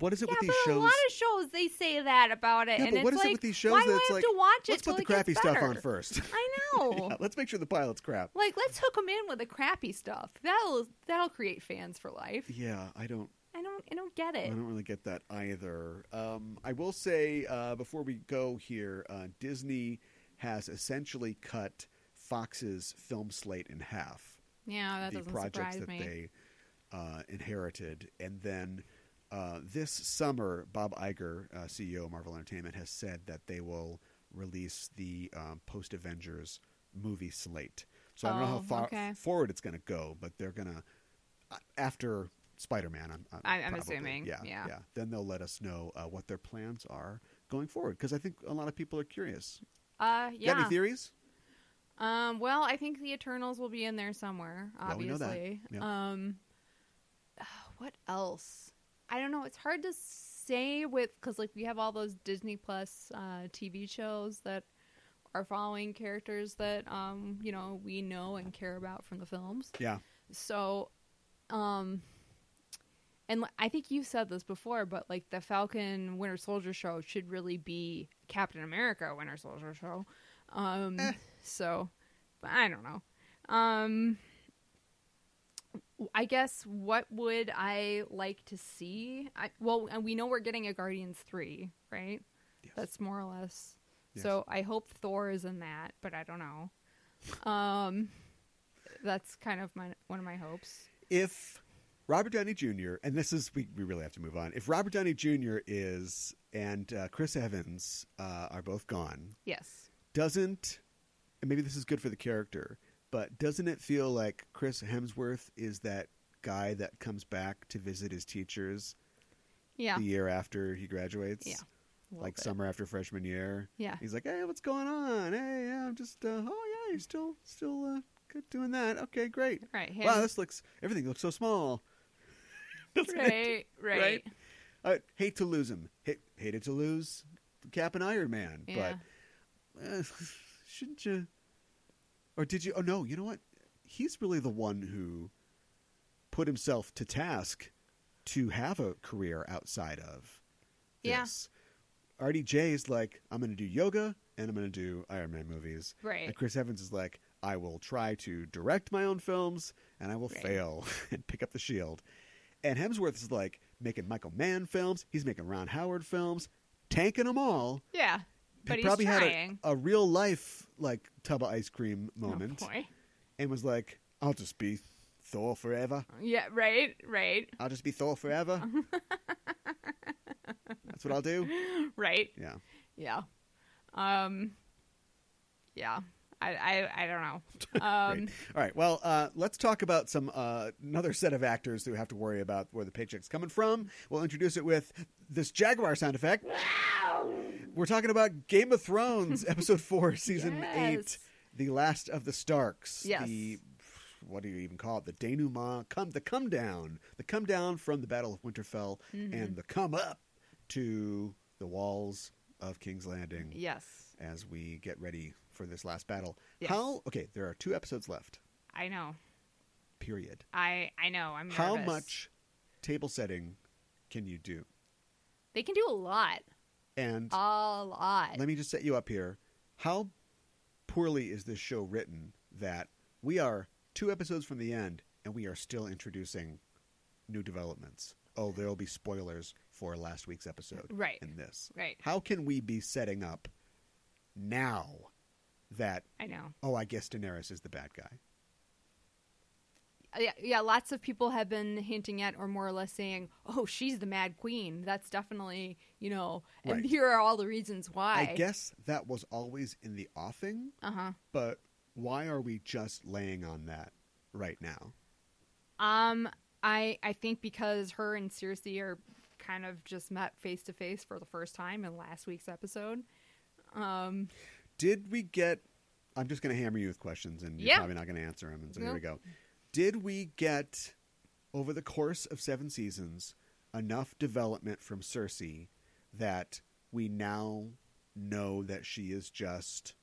What is it Yeah, with but these a shows? lot of shows they say that about it, Yeah, and but it's what is like, it with these shows why do I that's have like, to watch it? let's till put the it gets crappy stuff on better? first. I know. Yeah, let's make sure the pilot's crap. Like, let's hook them in with the crappy stuff. That'll that'll create fans for life. Yeah, I don't, I don't I don't get I it. don't really get that either. Um, I will say uh, before we go here, uh, Disney has essentially cut Fox's film slate in half. yeah, that the doesn't projects surprise that me. they uh, inherited, and then Uh, this summer, Bob Iger, uh, CEO of Marvel Entertainment, has said that they will release the um, post Avengers movie slate. So I don't know how Oh, far okay. forward it's going to go, but they're going to after Spider Man. I'm, I'm, I- I'm probably. assuming, Yeah, yeah. Then they'll let us know uh, what their plans are going forward because I think a lot of people are curious. Uh, You got yeah. any theories? Um, well, I think the Eternals will be in there somewhere, Well, we obviously. know that. Yeah. Um, uh, what else? I don't know. It's hard to say with because like we have all those Disney Plus uh, TV shows that are following characters that um, you know we know and care about from the films. Yeah. So, um, and li- I think you said this before, but like the Falcon Winter Soldier show should really be Captain America Winter Soldier show. Um, Eh. so, but I don't know. Um, I guess what would I like to see? I, well, and we know we're getting a Guardians three, right? Yes. That's more or less. Yes. So I hope Thor is in that, but I don't know. Um, that's kind of my one of my hopes. if Robert Downey Jr. and this is we, we really have to move on. If Robert Downey Jr. is and uh, Chris Evans uh, are both gone, Yes. doesn't and maybe this is good for the character, but doesn't it feel like Chris Hemsworth is that guy that comes back to visit his teachers Yeah. the year after he graduates? Yeah, a little Like bit. summer after freshman year. Yeah. He's like, "Hey, what's going on? Hey, yeah, I'm just uh, oh yeah, you're still still uh, good doing that. Okay, great. Right. Him. Wow, this looks everything looks so small. Doesn't it? right. Right. right? I hate to lose him. Hate, hated to lose Cap and Iron Man, Yeah. but uh, shouldn't you? Or did you? Oh no, you know what? He's really the one who put himself to task to have a career outside of Yeah. this. RDJ is like, I'm going to do yoga and I'm going to do Iron Man movies. Right. And Chris Evans is like, I will try to direct my own films and I will Right. fail and pick up the shield. And Hemsworth is like making Michael Mann films. He's making Ron Howard films, tanking them all. Yeah. He But he's probably trying. had a, a real life like tub of ice cream Oh, moment boy. and was like, I'll just be Thor forever. Yeah. Right. Right. I'll just be Thor forever. That's what I'll do. Right. Yeah. Yeah. Um. Yeah. I. I. I don't know. Um. Great. All right. Well, uh, let's talk about some uh, another set of actors who have to worry about where the paycheck's coming from. We'll introduce it with this Jaguar sound effect. We're talking about Game of Thrones, episode four, season eight, Yes. the last of the Starks. Yes. The what do you even call it? The denouement, come the come down, the come down from the Battle of Winterfell, Mm-hmm. and the come up to the walls of King's Landing Yes. as we get ready for this last battle. Yes. How? Okay, there are two episodes left. I know. Period. I. I know. I'm. How nervous. much table setting can you do? They can do a lot. And A lot. let me just set you up here. How poorly is this show written that we are two episodes from the end and we are still introducing new developments? Oh, there will be spoilers for last week's episode. Right. In this. Right. How can we be setting up now that, I know. oh, I guess Daenerys is the bad guy? yeah, yeah, lots of people have been hinting at or more or less saying, "Oh, she's the Mad Queen." That's definitely, you know, and Right. here are all the reasons why. I guess that was always in the offing. Uh-huh. but why are we just laying on that right now? Um I I think because her and Cersei are kind of just met face to face for the first time in last week's episode. Um Did we get? I'm just going to hammer you with questions, and you're Yeah. probably not going to answer them. And so here No. we go. Did we get over the course of seven seasons enough development from Cersei that we now know that she is just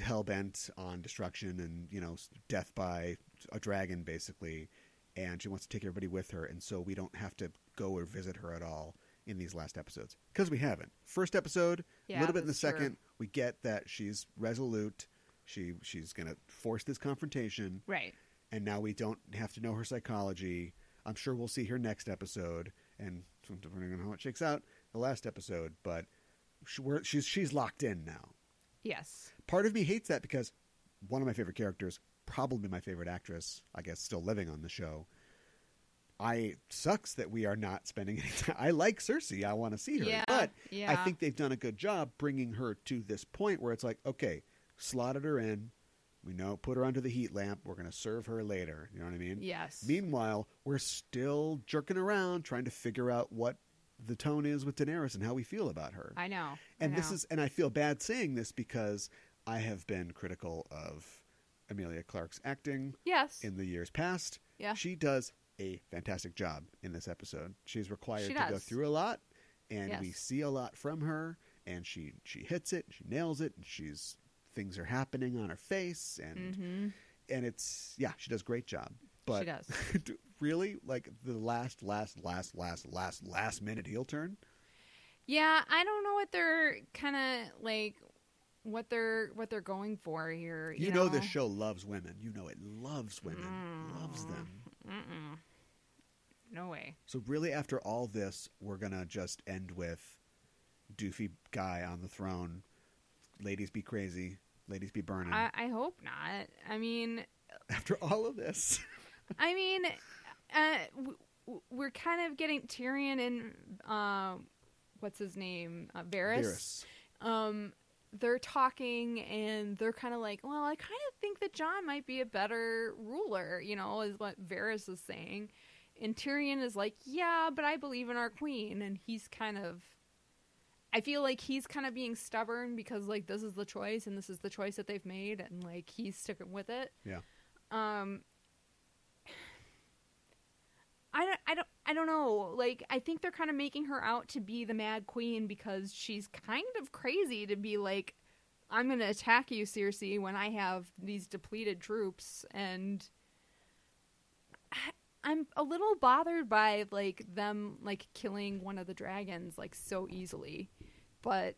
hell bent on destruction and you know death by a dragon, basically, and she wants to take everybody with her, and so we don't have to go or visit her at all in these last episodes because we haven't. First episode, a Yeah, little bit in the that's true. second, we get that she's resolute. She she's going to force this confrontation right. and now we don't have to know her psychology. I'm sure we'll see her next episode, and depending on how it shakes out, the last episode. But she, we're, she's she's locked in now. Yes. Part of me hates that because one of my favorite characters, probably my favorite actress, I guess, still living on the show, I sucks that we are not spending any time. I like Cersei. I want to see her. Yeah, but I yeah. think they've done a good job bringing her to this point where it's like, okay, slotted her in. We know, put her under the heat lamp. We're going to serve her later. You know what I mean? Yes. Meanwhile, we're still jerking around trying to figure out what the tone is with Daenerys and how we feel about her. I know. I and this know. is, and I feel bad saying this because I have been critical of Amelia Clark's acting yes. in the years past. Yeah. She does a fantastic job in this episode. She's required She to go does. through a lot and we Yes. see a lot from her and she she hits it, she nails it, and she's things are happening on her face and mm-hmm. and it's yeah, she does a great job. But she does. do- really like the last last last last last last minute heel turn? Yeah, I don't know what they're kind of like what they're what they're going for here. You, You, know? this show loves women. You know it loves women. Loves Mm. them. Mm-mm. No way. So really, after all this, we're gonna just end with doofy guy on the throne. Ladies be crazy. Ladies be burning. I, I hope not. I mean, after all of this, I mean, uh, w- w- we're kind of getting Tyrion and uh, what's his name, uh, Varys. um they're talking and they're kind of like well i kind of think that john might be a better ruler you know is what varus is saying and tyrion is like yeah but i believe in our queen and he's kind of i feel like he's kind of being stubborn because like this is the choice and this is the choice that they've made and like he's sticking with it Yeah. um I don't, I don't I don't know. Like I think they're kind of making her out to be the mad queen because she's kind of crazy to be like I'm going to attack you Cersei when I have these depleted troops and I- I'm a little bothered by like them like killing one of the dragons like so easily. But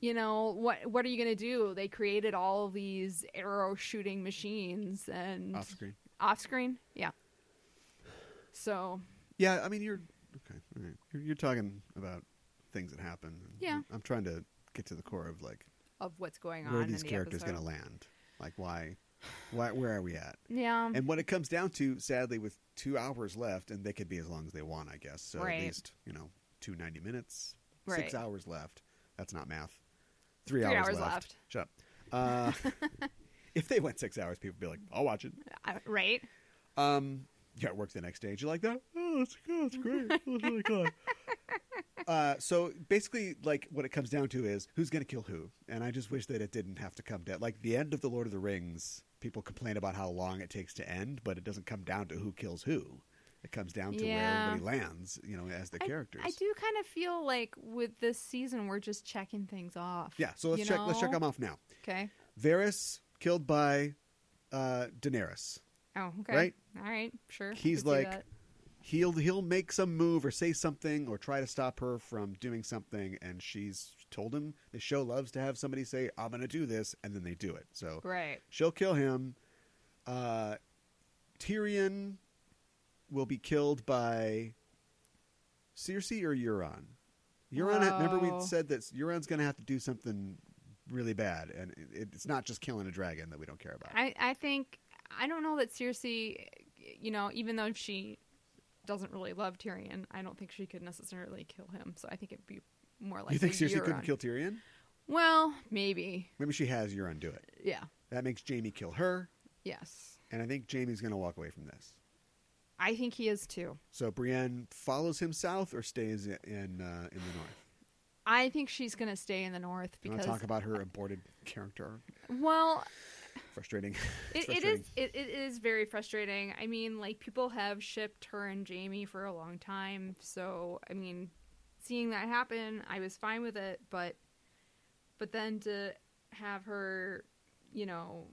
you know what what are you going to do? They created all these arrow shooting machines and Off screen. off screen. Yeah. So Yeah, I mean you're okay. All right. You're, you're talking about things that happen. Yeah. I'm trying to get to the core of like of what's going on. where are in these the characters episode. going to land. Like why, why, where are we at? Yeah. And what it comes down to, sadly, with two hours left, and they could be as long as they want, I guess. So Right. at least, you know, two 90 minutes, Right. six hours left. That's not math. Three, Three hours, hours left. left. Shut up. Uh, if they went six hours, people would be like, I'll watch it. I- right. Um, yeah, it works the next day. Did you like that? Oh, that's, that's great. That was really good. Uh, so basically, like what it comes down to is who's going to kill who, and I just wish that it didn't have to come down. Like the end of the Lord of the Rings, people complain about how long it takes to end, but it doesn't come down to who kills who. It comes down to Yeah. where everybody lands, you know, as the I- characters. I, do kind of feel like with this season we're just checking things off. Yeah. So let's you check. Let's check know? them off now. Okay. Varys killed by uh, Daenerys. Oh, okay. Right? All right. Sure. He's Let's do like- that. he'll he'll make some move or say something or try to stop her from doing something and she's told him the show loves to have somebody say i'm gonna do this and then they do it so Right. she'll kill him uh tyrion will be killed by cersei or euron euron ha- remember Oh. we said that euron's gonna have to do something really bad and it, it's not just killing a dragon that we don't care about I I think I don't know that Cersei, you know, even though she doesn't really love Tyrion, I don't think she could necessarily kill him. So I think it'd be more like you think cersei couldn't kill tyrion Well, maybe. maybe she has euron do it Yeah. that makes jamie kill her Yes. And I think Jamie's going to walk away from this. I think he is too. So Brienne follows him south or stays i- in uh, in the north. I think she's going to stay in the north You want because to talk about her aborted character? arc? well, Frustrating. It's it, it frustrating. is it, it is very frustrating. I mean, like people have shipped her and Jamie for a long time, so I mean, seeing that happen, I was fine with it, but but then to have her, you know,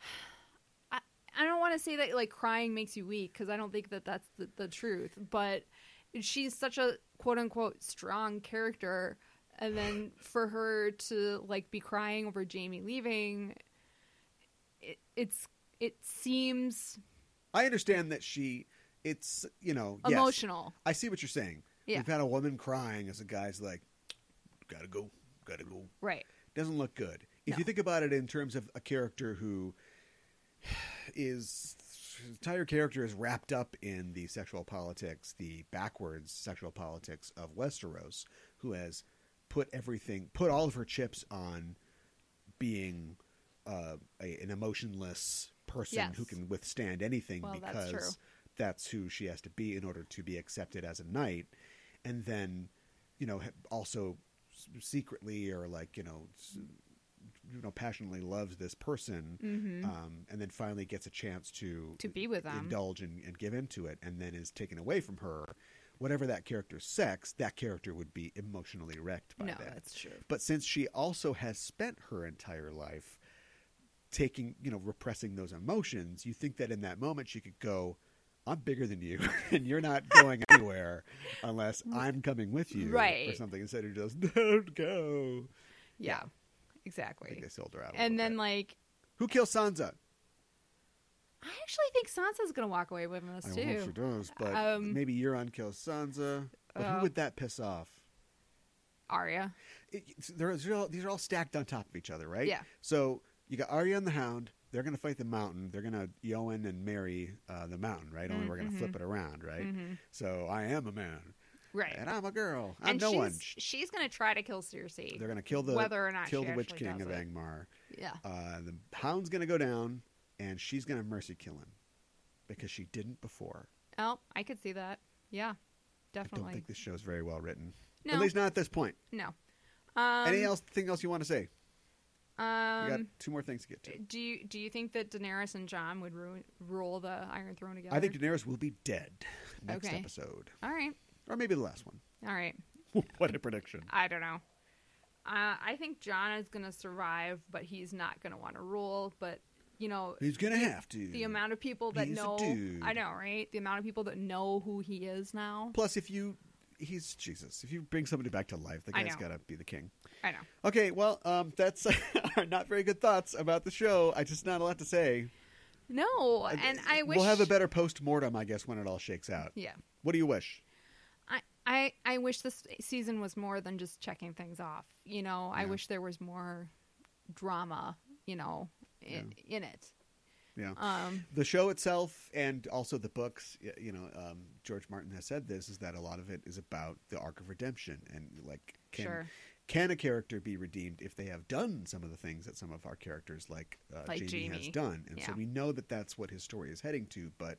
I I don't want to say that like crying makes you weak because I don't think that that's the, the truth, but she's such a quote unquote strong character. And then for her to like be crying over Jamie leaving, it, it's it seems I understand that she. It's you know yes. emotional. I see what you're saying. Yeah. We've had a woman crying as a guy's like, gotta go, gotta go. Right. Doesn't look good. If No. you think about it in terms of a character who is entire character is wrapped up in the sexual politics, the backwards sexual politics of Westeros, who has put everything, put all of her chips on being uh, a, an emotionless person Yes. who can withstand anything Well, that's because true. that's who she has to be in order to be accepted as a knight, and then you know ha- also s- secretly or like you know. s- You know, passionately loves this person, Mhm. um, and then finally gets a chance to to be with them. indulge and, and give into it, and then is taken away from her. Whatever that character's sex, that character would be emotionally wrecked by No, that. that's true. But since she also has spent her entire life taking, you know, repressing those emotions, you think that in that moment she could go, I'm bigger than you, and you're not going anywhere unless I'm coming with you, or Mm. Right. something. Instead, of just don't go. Yeah, I think exactly. they sold her out. a And little then bit. like, who kills Sansa? I actually think Sansa's gonna walk away with us I too. don't know if she does, but Um, maybe Euron kills Sansa. But uh, who would that piss off? Arya. It, it's- there is- these are all- these are all stacked on top of each other, right? Yeah. So you got Arya and the Hound. They're going to fight the Mountain. They're going to Eowyn and marry uh, the Mountain, right? Only we're going to Mhm. flip it around, right? Mhm. So I am a man, Right. and I'm a girl. I'm and no she's one. she's gonna try to kill Cersei. They're going to kill the whether or not kill she the Witch actually King does of it. Angmar. Yeah. Uh, the Hound's going to go down, and she's going to mercy kill him because she didn't before. Oh, I could see that. Yeah, I don't definitely. think this show's very well written. No, At least not at this point. no. Um, Any else thing else you want to say? We got Um, two more things to get to. do you do you think that Daenerys and John would ruin, rule the Iron Throne together? I think Daenerys will be dead next Okay. episode, All right, or maybe the last one. all right. what a prediction! I don't know. Uh, I think John is gonna survive, but he's not gonna want to rule. But you know, He's gonna have to. the amount of people that He's a know, dude. I know, right? The amount of people that know who he is now. Plus, if you, he's Jesus. If you bring somebody back to life, the I guy's know. gotta be the king. I know. Okay, well, um, that's our not very good thoughts about the show. I just not a lot to say. No, Uh, and I wish we'll have a better post mortem, I guess, when it all shakes out. Yeah. What do you wish? I, I I wish this season was more than just checking things off. You know, I Yeah. wish there was more drama. You know, in, in it. Yeah. Um, the show itself and also the books y- you know um, george martin has said this is that a lot of it is about the arc of redemption and like can, Sure. can a character be redeemed if they have done some of the things that some of our characters like, uh, Like jamie, has Jamie. done and so Yeah. we know that that's what his story is heading to but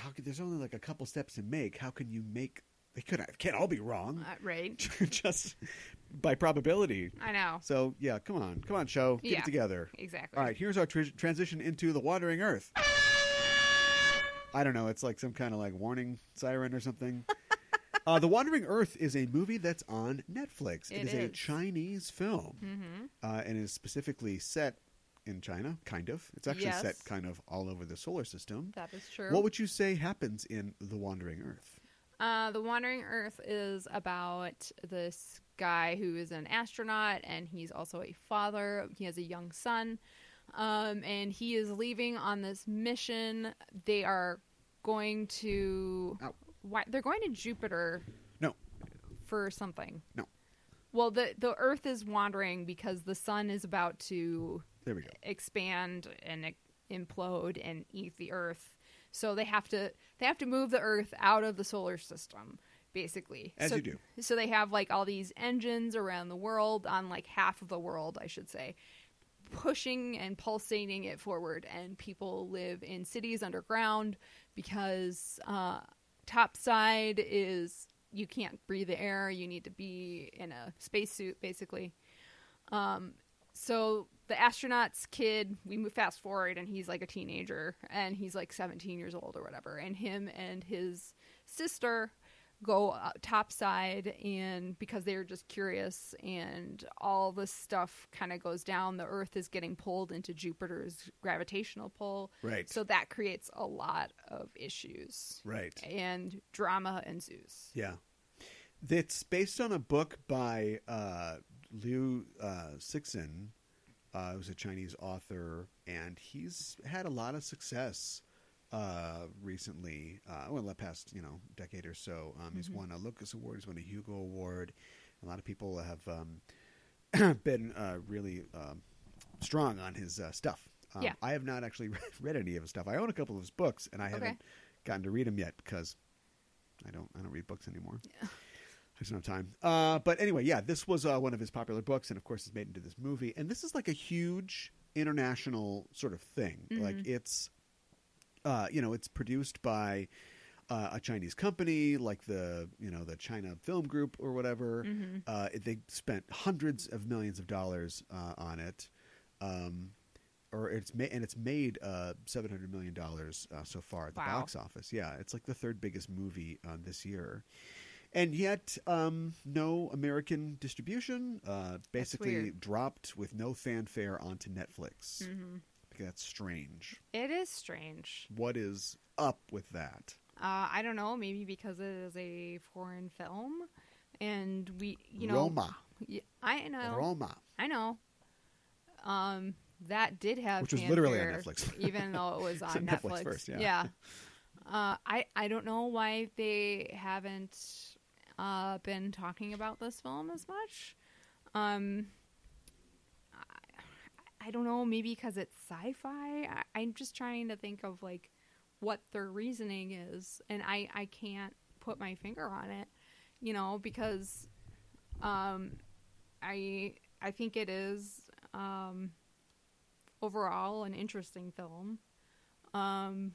how could, there's only like a couple steps to make how can you make they could it can't all be wrong uh, right. just by probability I know so yeah come on come on show get Yeah. it together exactly. all right, here's our tr- transition into the Wandering Earth. I don't know, it's like some kind of like warning siren or something. uh, the Wandering Earth is a movie that's on Netflix. It is, a is. Chinese film Mm-hmm. uh, and is specifically set in China, kind of. It's actually Yes. set kind of all over the solar system. That is true. What would you say happens in The Wandering Earth? Uh, the Wandering Earth is about this guy who is an astronaut and he's also a father. He has a young son. Um, and he is leaving on this mission. They are going to. Ow. Why, they're going to Jupiter No, for something. No. Well, the, the Earth is wandering because the sun is about to there we go. expand and i- implode and eat the earth so they have to they have to move the earth out of the solar system basically As so, you do. so they have like all these engines around the world on like half of the world i should say pushing and pulsating it forward and people live in cities underground because uh topside is you can't breathe the air you need to be in a spacesuit basically so the astronaut's kid we move fast forward and he's like a teenager and he's like 17 years old or whatever and him and his sister go uh, topside and because they're just curious and all this stuff kind of goes down the earth is getting pulled into jupiter's gravitational pull Right. so that creates a lot of issues Right. and drama ensues Yeah. It's based on a book by uh, Liu uh, Cixin, uh, who's a Chinese author, and he's had a lot of success uh, recently, uh, well, the past you know decade or so. Um, Mm-hmm. He's won a Lucas Award, he's won a Hugo Award. A lot of people have um, been uh, really um, strong on his uh, stuff. Um, Yeah. I have not actually read, read any of his stuff. I own a couple of his books, and I Okay. haven't gotten to read them yet because I don't I don't read books anymore. I just don't have time. Uh, but anyway, yeah, this was uh, one of his popular books, and of course, it's made into this movie. And this is like a huge international sort of thing. Like it's, uh, you know, it's produced by uh, a Chinese company, like the you know the China Film Group or whatever. Mhm. Uh, it- they spent hundreds of millions of dollars uh, on it, um, or it's ma- and it's made uh, seven hundred million dollars uh, so far at the Wow. box office. Yeah, it's like the third biggest movie uh, this year, and yet um, no American distribution. Uh, basically weird. dropped with no fanfare onto Netflix. Mhm. That's strange. It is strange. What is up with that? Uh, I don't know. Maybe because it is a foreign film, and we, you know, Roma, Y- I know. Roma. I know. Um, that did have Which was literally on fanfare, Netflix. even though it was It's on, on Netflix first, yeah. Uh, I I don't know why they haven't uh, been talking about this film as much. Um, I, I don't know. Maybe because it's sci-fi. I, I'm just trying to think of like what their reasoning is, and I I can't put my finger on it. You know because um, I I think it is um, overall an interesting film, um,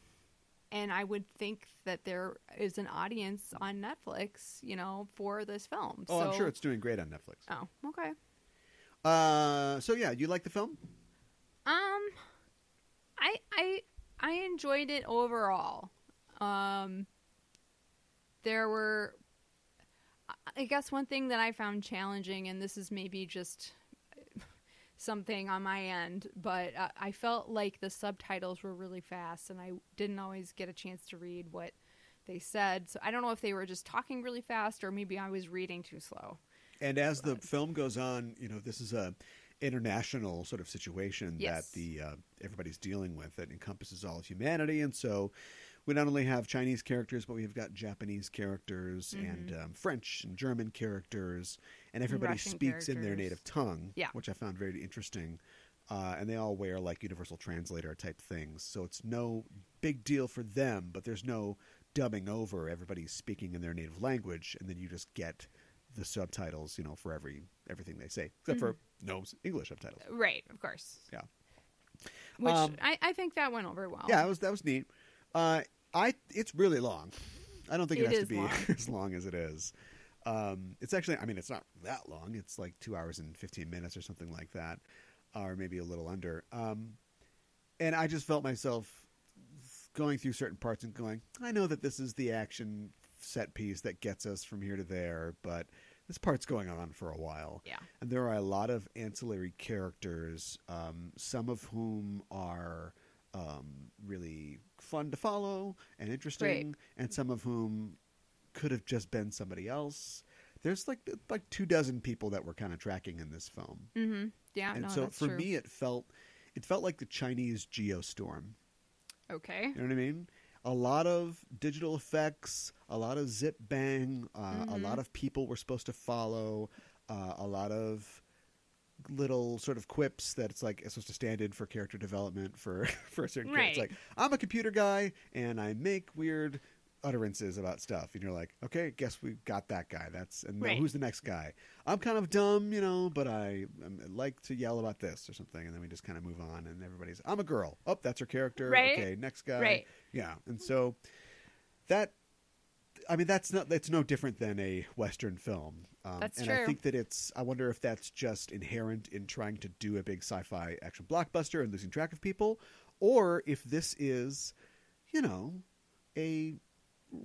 and I would think that there is an audience on Netflix, you know, for this film. Oh, I'm So- sure it's doing great on Netflix. Oh, okay. Uh, so yeah, you like the film? Um, I I I enjoyed it overall. Um, there were, I- I guess, one thing that I found challenging, and this is maybe just something on my end, but uh, I felt like the subtitles were really fast, and I didn't always get a chance to read what they said. So I don't know if they were just talking really fast, or maybe I was reading too slow. And as the film goes on, you know, this is a international sort of situation Yes. that the uh, everybody's dealing with that encompasses all of humanity, and so we not only have Chinese characters, but we've got Japanese characters and um, French and German characters, and everybody Mm-hmm. Russian speaks in their characters. native tongue, Yeah. which I found very interesting. Uh, and they all wear like universal translator type things, so it's no big deal for them. But there's no dubbing over; everybody's speaking in their native language, and then you just get the subtitles, you know, for every everything they say, Mm. except for no s- English subtitles. Right, of course. Yeah. Which Um, I, I think that went over well. Yeah, that was that was neat. Uh, I it's really long. I don't think it, It has to is be long. as long as it is. Um, it's actually, I mean, it's not that long. It's like two hours and fifteen minutes or something like that, or maybe a little under. Um, and I just felt myself going through certain parts and going, I know that this is the action set piece that gets us from here to there, but this part's going on for a while. Yeah. And there are a lot of ancillary characters, um, some of whom are um, really fun to follow and interesting, and some of whom could have just been somebody else. There's like like two dozen people that we're kind of tracking in this film, Mm-hmm. Yeah. and no, so that's for true. me, it felt it felt like the Chinese geostorm. okay. You know what I mean? A lot of digital effects, a lot of zip bang, uh, Mm-hmm. a lot of people we're supposed to follow, uh, a lot of little sort of quips that it's like it's supposed to stand in for character development for for a certain character. Right. It's like I'm a computer guy and I make weird utterances about stuff and you're like okay guess we got that guy that's and now Right. who's the next guy i'm kind of dumb you know but i um, like to yell about this or something and then we just kind of move on and everybody's i'm a girl oh that's her character Right. okay next guy Right. yeah, and so that I mean that's not that's no different than a western film. Um, That's and I true. think that it's I wonder if that's just inherent in trying to do a big sci-fi action blockbuster and losing track of people or if this is, you know, a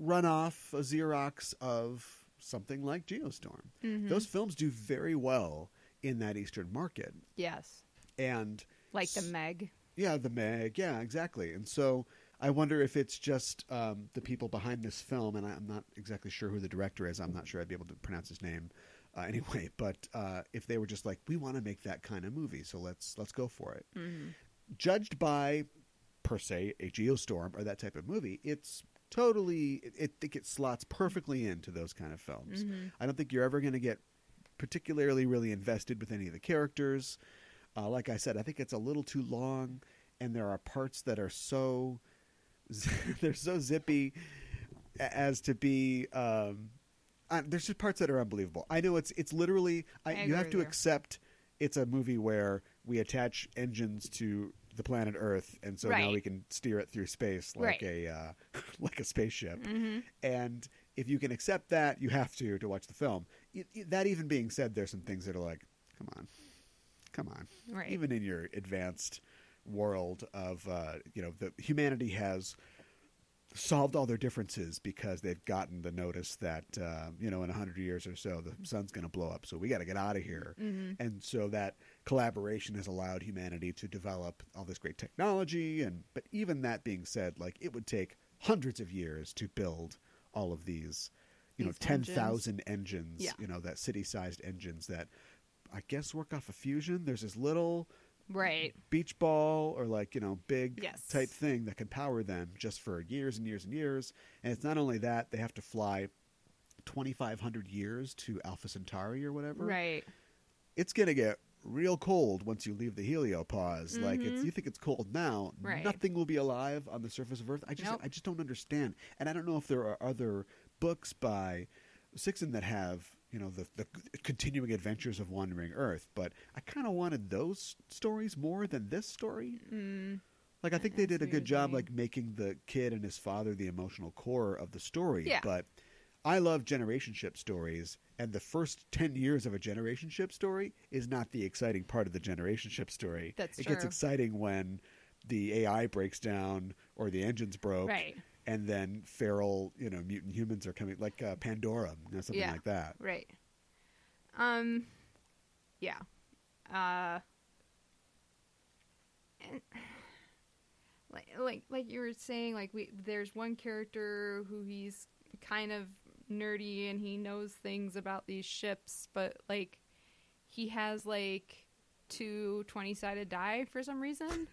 runoff, a Xerox of something like Geostorm. Mhm. Those films do very well in that eastern market Yes. and Like the Meg. yeah, the Meg. Yeah, exactly. And so I wonder if it's just um, the people behind this film, and I, I'm not exactly sure who the director is. I'm not sure I'd be able to pronounce his name uh, anyway. But uh, if they were just like, we want to make that kind of movie, so let's let's go for it. Mm-hmm. Judged by per se a geostorm or that type of movie, it's totally. It, it think it slots perfectly into those kind of Mm-hmm. films. I don't think you're ever going to get particularly really invested with any of the characters. Uh, like I said, I think it's a little too long, and there are parts that are so they're so zippy as to be um, uh, there's just parts that are unbelievable. I know it's it's literally I, I you agree have with to you. accept it's a movie where we attach engines to the planet Earth, and so now Right. we can steer it through space like Right. a uh, like a spaceship. Mm-hmm. And if you can accept that, you have to to watch the film. Y y- that even being said, there's some things that are like, come on, come on. Right. Even in your advanced world of uh, you know, the humanity has solved all their differences because they've gotten the notice that uh, you know in hundred years or so Mm-hmm. the sun's going to blow up, so we got to get out of here. Mhm. And so that collaboration has allowed humanity to develop all this great technology. And but even that being said, like it would take hundreds of years to build all of these, you These know, ten thousand engines. Yeah. You know, that city-sized engines that I guess work off of fusion. There's this little Right. beach ball or like you know big Yes. type thing that can power them just for years and years and years and it's not only that they have to fly 2500 years to alpha centauri or whatever Right. it's gonna get real cold once you leave the heliopause like it's Mhm. you think it's cold now Right. nothing will be alive on the surface of earth i just Nope. i just don't understand and i don't know if there are other books by Sixon that have you know the, the continuing adventures of wandering earth but i kind of wanted those stories more than this story Mm. like I think I they see did a what you're good job, saying. like making the kid and his father the emotional core of the story. Yeah. But I love generationship stories, and the first ten years of a generationship story is not the exciting part of the generationship story. That's it gets true. exciting when the AI breaks down or the engines broke, Right. and then feral, you know, mutant humans are coming, like uh, Pandora, you know, something Yeah. like that. Right. Um. Yeah. Uh. And like like like you were saying, like we there's one character who he's kind of nerdy and he knows things about these ships, but like he has like two 20 sided die for some reason.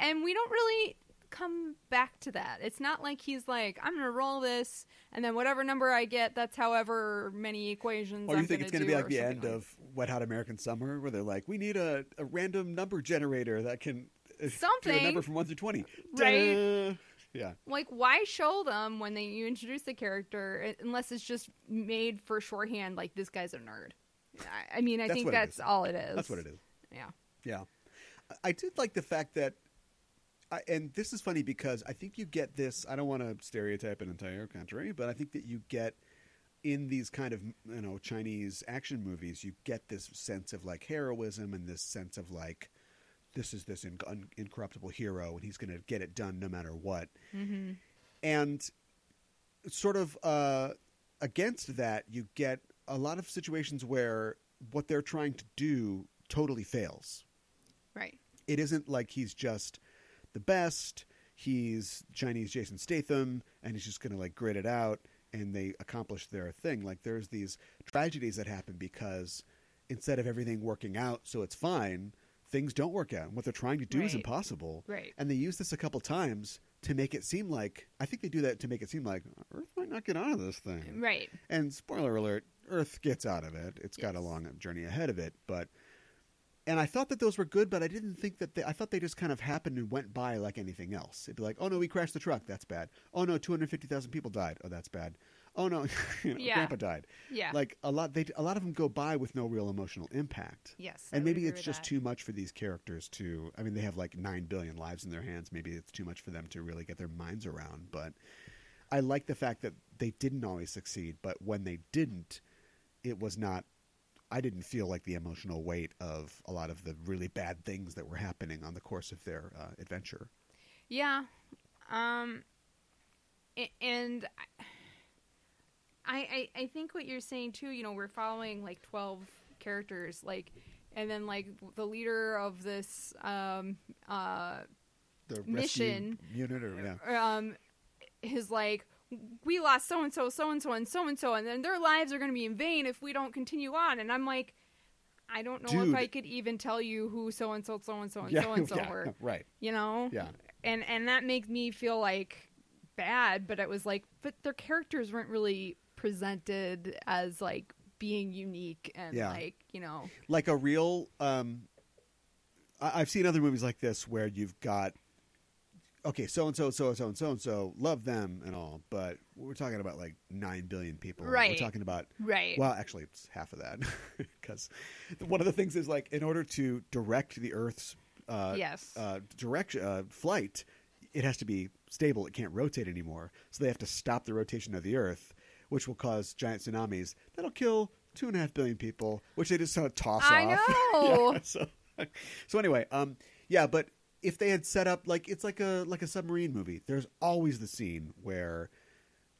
and we don't really come back to that. It's not like he's like, I'm going to roll this, and then whatever number I get, that's however many equations Or you I'm think it's going to do be like or the something end like- of Wet Hot American Summer, where they're like, we need a, a random number generator that can do a Something. number from one through twenty. Right. Ta-da! Yeah. Like, why show them when they, you introduce the character i- unless it's just made for shorthand, like, this guy's a nerd? I, I mean, I That's think what it that's is. all it is. That's what it is. Yeah. Yeah. I- I did like the fact that, I, and this is funny because I think you get this. I don't want to stereotype an entire country, but I think that you get in these kind of you know Chinese action movies, you get this sense of like heroism and this sense of like this is this in, un, incorruptible hero and he's going to get it done no matter what. Mm-hmm. and sort of uh, against that, you get a lot of situations where what they're trying to do totally fails. Right. It isn't like he's just the best. He's Chinese Jason Statham, and he's just going to like grit it out, and they accomplish their thing. Like there's these tragedies that happen because instead of everything working out, so it's fine, things don't work out, and what they're trying to do is Right. impossible Right. and they use this a couple times to make it seem like I think they do that to make it seem like Earth might not get out of this thing. Right. And spoiler alert, Earth gets out of it. It's got a Yes. long journey ahead of it, but and I thought that those were good, but I didn't think that they I thought they just kind of happened and went by like anything else. It'd be like, "Oh no, we crashed the truck. That's bad. Oh no, 250,000 people died. Oh, that's bad. Oh no, you know, Yeah. grandpa died." Yeah. Like a lot they a lot of them go by with no real emotional impact yes. I and would maybe agree it's with just that. too much for these characters to i mean they have like 9 billion lives in their hands maybe it's too much for them to really get their minds around but i like the fact that they didn't always succeed but when they didn't it was not i didn't feel like the emotional weight of a lot of the really bad things that were happening on the course of their uh, adventure Yeah. Um a- and I- I, I I think what you're saying too, you know, we're following like 12 characters like and then like the leader of this um uh the Mission. rescue unit or yeah um is like we lost so and so so and so and so and so and then their lives are going to be in vain if we don't continue on and I'm like I don't know Dude. if I could even tell you who so and so so and so and yeah, so and so yeah, were, right you know? yeah and and that makes me feel like bad but it was like but their characters weren't really presented as like being unique and Yeah. like you know like a real um I- I've seen other movies like this where you've got okay, so and so, so and so, and so and so, love them and all, but we're talking about like nine billion people. Right. We're talking about Right. well, actually, it's half of that because one of the things is like in order to direct the Earth's uh, yes. uh, direction uh, flight, it has to be stable. It can't rotate anymore, so they have to stop the rotation of the Earth, which will cause giant tsunamis that'll kill two and a half billion people, which they just sort of toss I off. know. Yeah, so, so anyway, um, yeah, but if they had set up like it's like a like a submarine movie, there's always the scene where.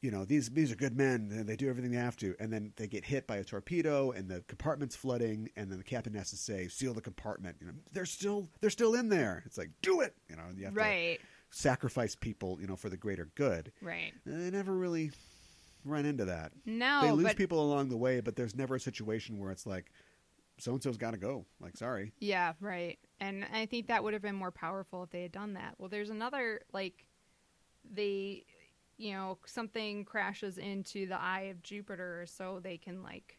You know these these are good men. And they do everything they have to, and then they get hit by a torpedo, and the compartment's flooding, and then the captain has to say, "Seal the compartment." You know, they're still they're still in there. It's like, do it. You know, you have to right. sacrifice people, you know, for the greater good. Right. They never really run into that. No, they lose but people along the way, but there's never a situation where it's like, so and so's got to go. Like, sorry. yeah, right. And I think that would have been more powerful if they had done that. Well, there's another like they you know, something crashes into the eye of Jupiter so they can like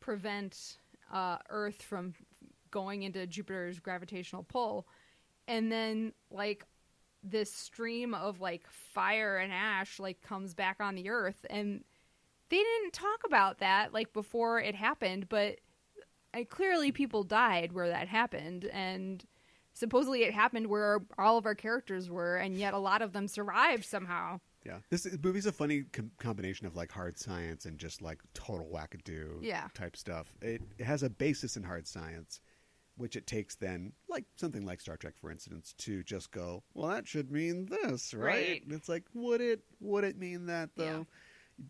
prevent uh, Earth from going into Jupiter's gravitational pull. And then like this stream of like fire and ash like comes back on the earth and they didn't talk about that like before it happened but I, clearly people died where that happened and supposedly it happened where all of our characters were and yet a lot of them survived somehow Yeah, this is- movie's a funny com- combination of like hard science and just like total wackadoo Yeah. type stuff. It, it has a basis in hard science, which it takes then, like something like Star Trek, for instance, to just go, well, that should mean this, right? Right. And it's like, would it would it mean that though?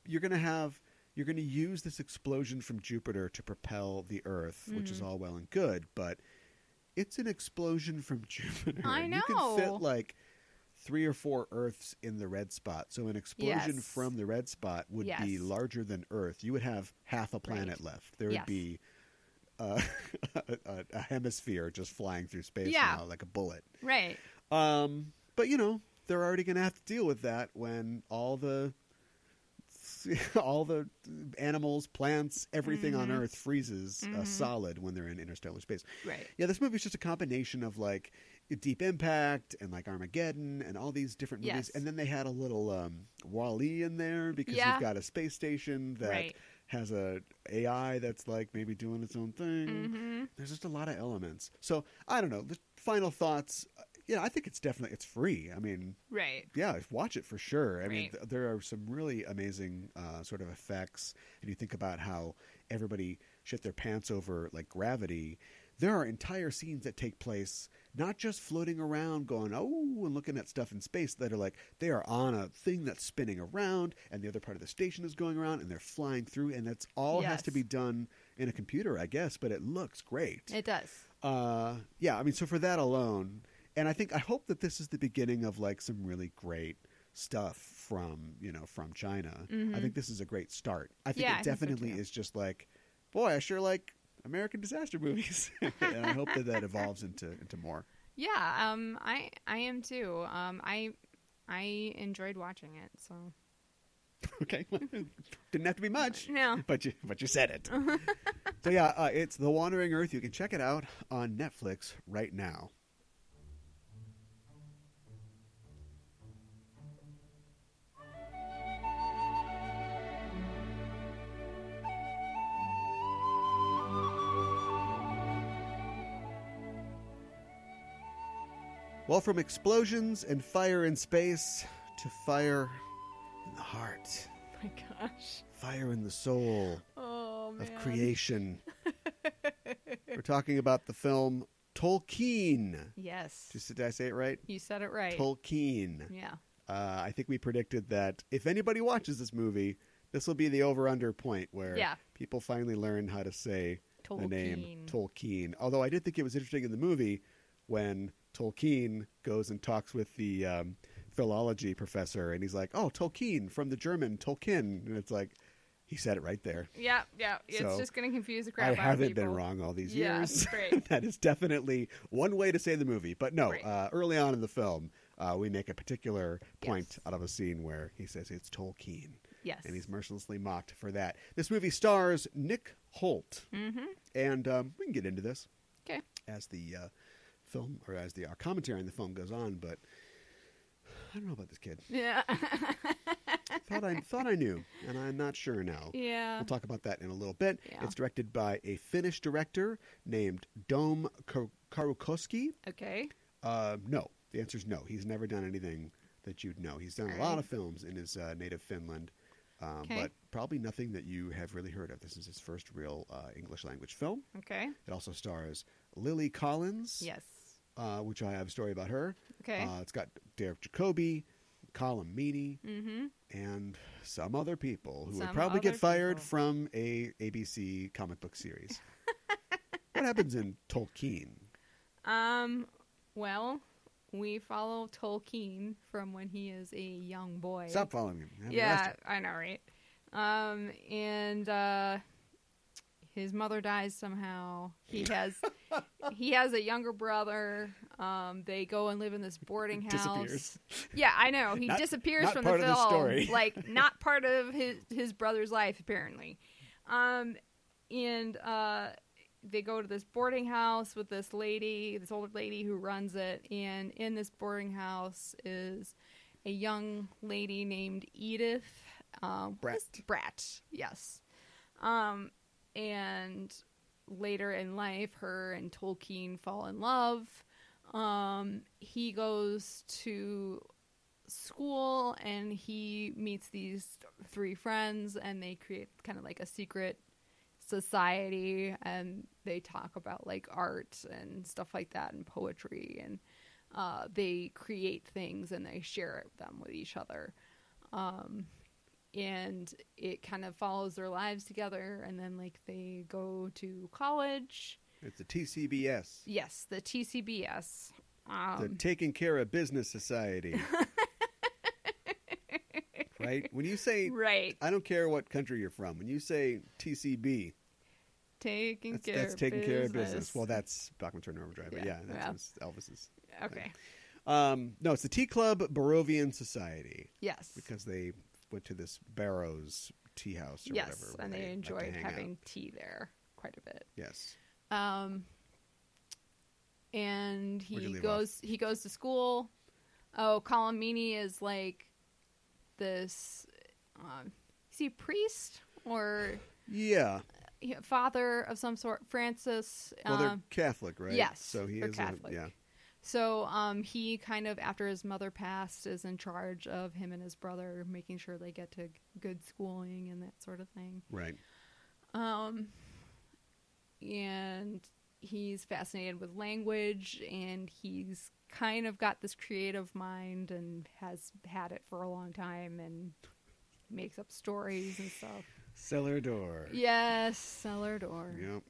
You're gonna have you're gonna use this explosion from Jupiter to propel the Earth, which Mm-hmm. is all well and good, but it's an explosion from Jupiter. I You can fit know. like three or four Earths in the red spot. So an explosion Yes. from the red spot would be Yes. larger than Earth. You would have half a planet Right. left. There would Yes. be uh, a, a hemisphere just flying through space Yeah. now, like a bullet. right Um, but you know, they're already going to have to deal with that when all the all the animals, plants, everything on Mhm. Earth freezes uh, Mhm. solid when they're in interstellar space. right Yeah, this movie is just a combination of like Deep Impact and like Armageddon and all these different movies. Yes. And then they had a little um, Wally in there because Yeah. you've got a space station that right has a AI that's like maybe doing its own thing. mm-hmm. There's just a lot of elements. So I don't know. The final thoughts. uh, Yeah, I think it's definitely it's free. I mean, right yeah, watch it for sure. I mean, Right. th- there are some really amazing uh, sort of effects, and you think about how everybody shit their pants over like gravity. There are entire scenes that take place not just floating around, going oh, and looking at stuff in space. That are like they are on a thing that's spinning around, and the other part of the station is going around, and they're flying through, and that's all has Yes. to be done in a computer, I guess. But it looks great it does uh yeah i mean so for that alone and i think i hope that this is the beginning of like some really great stuff from you know from china i Mhm. think this is a great start i think Yeah, it I think so, definitely too. is just like boy i sure like american disaster movies and i hope that that evolves into into more yeah um i i am too um i i enjoyed watching it so okay didn't have to be much no but you but you said it so yeah uh, it's the wandering earth you can check it out on netflix right now Well, from explosions and fire in space to fire in the heart, my gosh fire in the soul oh man of creation. We're talking about the film Tolkien. yes Just, did I say it right? you said it right Tolkien. yeah Uh, I think we predicted that if anybody watches this movie, this will be the over under point where Yeah. people finally learn how to say Tolkien. the name Tolkien. Although I did think it was interesting in the movie when Tolkien goes and talks with the um, philology professor, and he's like, "Oh, Tolkien from the German Tolkien," and it's like he said it right there. yeah yeah it's So, just gonna confuse the crap out I of haven't people. been wrong all these Yeah, years. great. that is definitely one way to say the movie. But no, Right. uh, early on in the film, uh, we make a particular point Yes. out of a scene where he says it's Tolkien, yes and he's mercilessly mocked for that. This movie stars Nick Holt, mm-hmm and um, we can get into this okay as the uh, film or as the our commentary on the film goes on, but I don't know about this kid. Yeah. Thought I thought I knew, and I'm not sure now. yeah. We'll talk about that in a little bit. Yeah. It's directed by a Finnish director named Dome Kar- Karukoski. Okay. Uh, no, the answer is no. He's never done anything that you'd know. He's done a All lot right. of films in his uh, native Finland, um, Okay. but probably nothing that you have really heard of. This is his first real uh, English language film. Okay. It also stars Lily Collins, Yes. uh, which I have a story about her. Okay. Uh, it's got Derek Jacobi, Colin Meaney, mm-hmm. and some other people who would Some probably get other fired people. from a ABC comic book series. what happens in Tolkien? Um. Well, we follow Tolkien from when he is a young boy. Stop following him. I haven't asked Yeah, you. I know, right? Um, and uh, his mother dies somehow. He has he has a younger brother. Um, they go and live in this boarding house. Disappears. Yeah, I know. He Not- disappears not from part the of film. the story. like not part of his his brother's life apparently. Um, and uh, they go to this boarding house with this lady, this older lady who runs it, and in this boarding house is a young lady named Edith um, what was- Bratt. Bratt, yes. Um, and later in life, her and Tolkien fall in love. Um, he goes to school and he meets these three friends, and they create kind of like a secret society and they talk about like art and stuff like that and poetry and uh, they create things and they share them with each other um, and it kind of follows their lives together and then like they go to college It's the TCBS. yes the tcbs the um, Taking Care of Business Society. right? When you say, right I don't care what country you're from, when you say TCB, taking that's, care that's of taking business. care of business. Well, that's Bachman Turner Overdrive, but yeah, Yeah, that's Elvis's. okay Um, no, it's the Tea Club Barovian Society yes because they went to this Barrows tea house or yes whatever. where and like they to enjoyed hang out. having tea there quite a bit Yes. Um, Where'd and you he leave goes. He goes to school. Oh, Colomini is like this. Um, is he a priest or Yeah. he- father of some sort? Francis. Well, they're um, Catholic, right? yes, So he they're is. Catholic. A, yeah. so um, he kind of after his mother passed is in charge of him and his brother, making sure they get to good schooling and that sort of thing. Right. Um, and he's fascinated with language, and he's kind of got this creative mind and has had it for a long time and makes up stories and stuff. Cellar door. Yes, cellar door. Yep.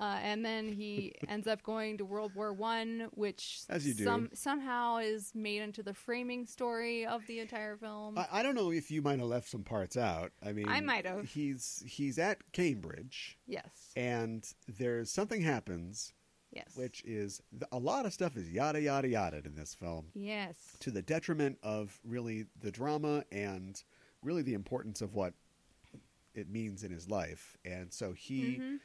Uh, and then he ends up going to World War One, which As you do. somehow is made into the framing story of the entire film. I, I don't know if you might have left some parts out. I mean, I might have. He's he's at Cambridge, yes. and there's something happens, Yes. which is th- a lot of stuff is yada yada yada in this film, Yes. to the detriment of really the drama and really the importance of what it means in his life. And so he Mhm.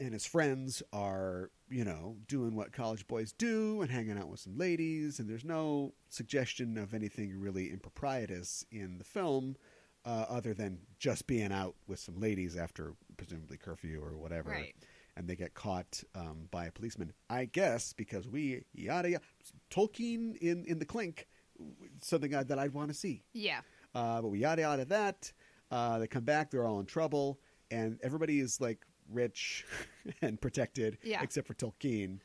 and his friends are, you know, doing what college boys do and hanging out with some ladies, and there's no suggestion of anything really improprietous in the film, uh, other than just being out with some ladies after presumably curfew or whatever. Right. And they get caught um, by a policeman, I guess, because we yada yada Tolkien in in the clink, something I, that I'd want to see. Yeah. Uh, but we yada yada that. Uh, they come back, they're all in trouble, and everybody is like rich and protected, Yeah. except for Tolkien,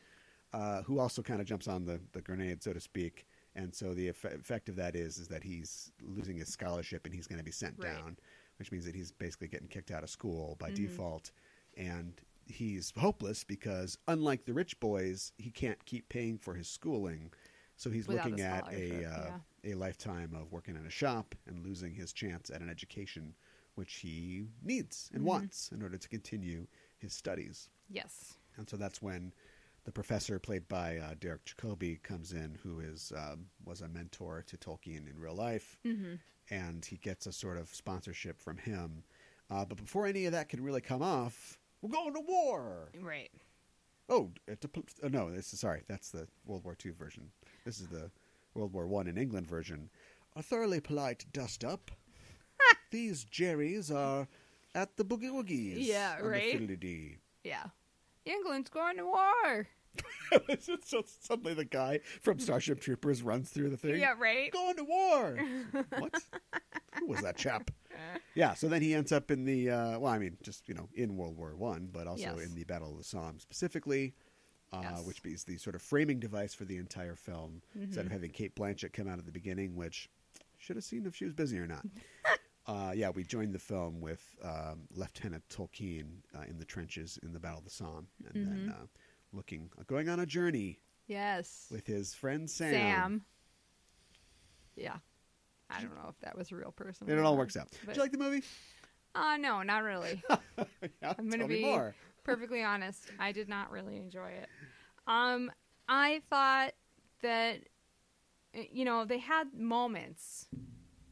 uh, who also kind of jumps on the, the grenade, so to speak. And so the eff- effect of that is is that he's losing his scholarship and he's going to be sent Right. down, which means that he's basically getting kicked out of school by Mhm. default. And he's hopeless because, unlike the rich boys, he can't keep paying for his schooling. So he's Without a looking at a uh, scholarship, yeah. a lifetime of working in a shop and losing his chance at an education, which he needs and Mhm. wants in order to continue his studies. Yes. And so that's when the professor, played by uh, Derek Jacobi, comes in, who is um, was a mentor to Tolkien in real life, Mm-hmm. and he gets a sort of sponsorship from him. Uh, but before any of that can really come off, we're going to war. Right. Oh, it dep- uh, no, this is, sorry. That's the World War II version. This is the World War One in England version. A thoroughly polite dust up. These Jerrys are at the Boogie Woogies. Yeah, on the right? fiddly-dee. Yeah. England's going to war. It's just so- Suddenly the guy from Starship Troopers runs through the thing. Yeah, right? Going to war. what? Who was that chap? Yeah. So then he ends up in the uh, well, I mean, just you know, in World War One, but also Yes. in the Battle of the Somme specifically, uh, Yes. which is the sort of framing device for the entire film. Instead of Mm-hmm. having Kate Blanchett come out at the beginning, which should have seen if she was busy or not. uh, yeah, we joined the film with um, Lieutenant Tolkien uh, in the trenches in the Battle of the Somme, and then Mm-hmm. uh, looking going on a journey Yes. with his friend Sam. Sam. Yeah. I don't know if that was a real person. And it or all not, works out. but- Did you like the movie? Uh, no, not really. Yeah, I'm gonna tell me be- more. Perfectly honest, I did not really enjoy it. Um, I thought that you know they had moments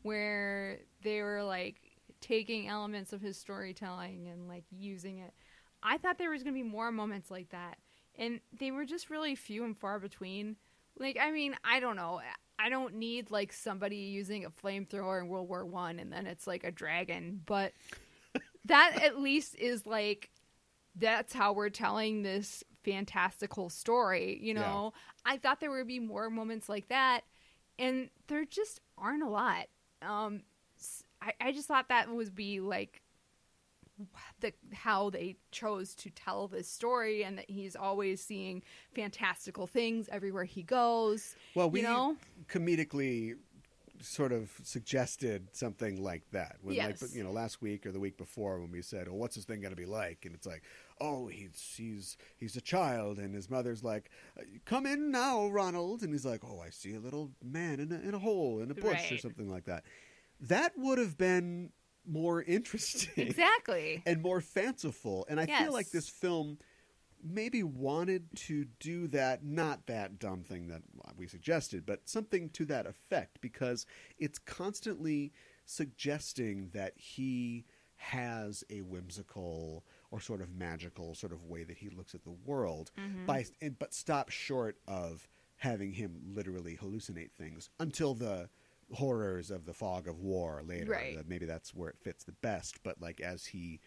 where they were like taking elements of his storytelling and like using it. I thought there was gonna be more moments like that, and they were just really few and far between. Like, I mean, I don't know. I don't need like somebody using a flamethrower in World War One, and then it's like a dragon. But that at least is like that's how we're telling this fantastical story. You Yeah. know, I thought there would be more moments like that, and there just aren't a lot. Um, s- I, I just thought that would be like the how they chose to tell this story, and that he's always seeing fantastical things everywhere he goes. Well, we you know, comedically sort of suggested something like that. When, Yes. like, you know, last week or the week before when we said, "Well, what's this thing going to be like?" and it's like, "Oh, he's he's he's a child," and his mother's like, "Come in now, Ronald," and he's like, "Oh, I see a little man in a, in a hole in a bush or Right. something like that." That would have been more interesting exactly. and more fanciful, and I feel like Yes. this film. Maybe wanted to do that, not that dumb thing that we suggested, but something to that effect because it's constantly suggesting that he has a whimsical or sort of magical sort of way that he looks at the world Mm-hmm. by and, but stop short of having him literally hallucinate things until the horrors of the fog of war later Right. that maybe that's where it fits the best but like as he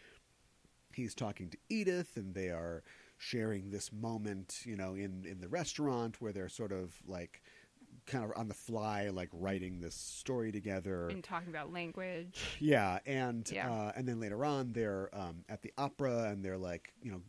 he's talking to Edith and they are sharing this moment, you know, in in the restaurant where they're sort of like kind of on the fly like writing this story together. And Mm-hmm. talking about language. yeah, and Yeah. Uh, and then later on they're um, at the opera and they're like, you know,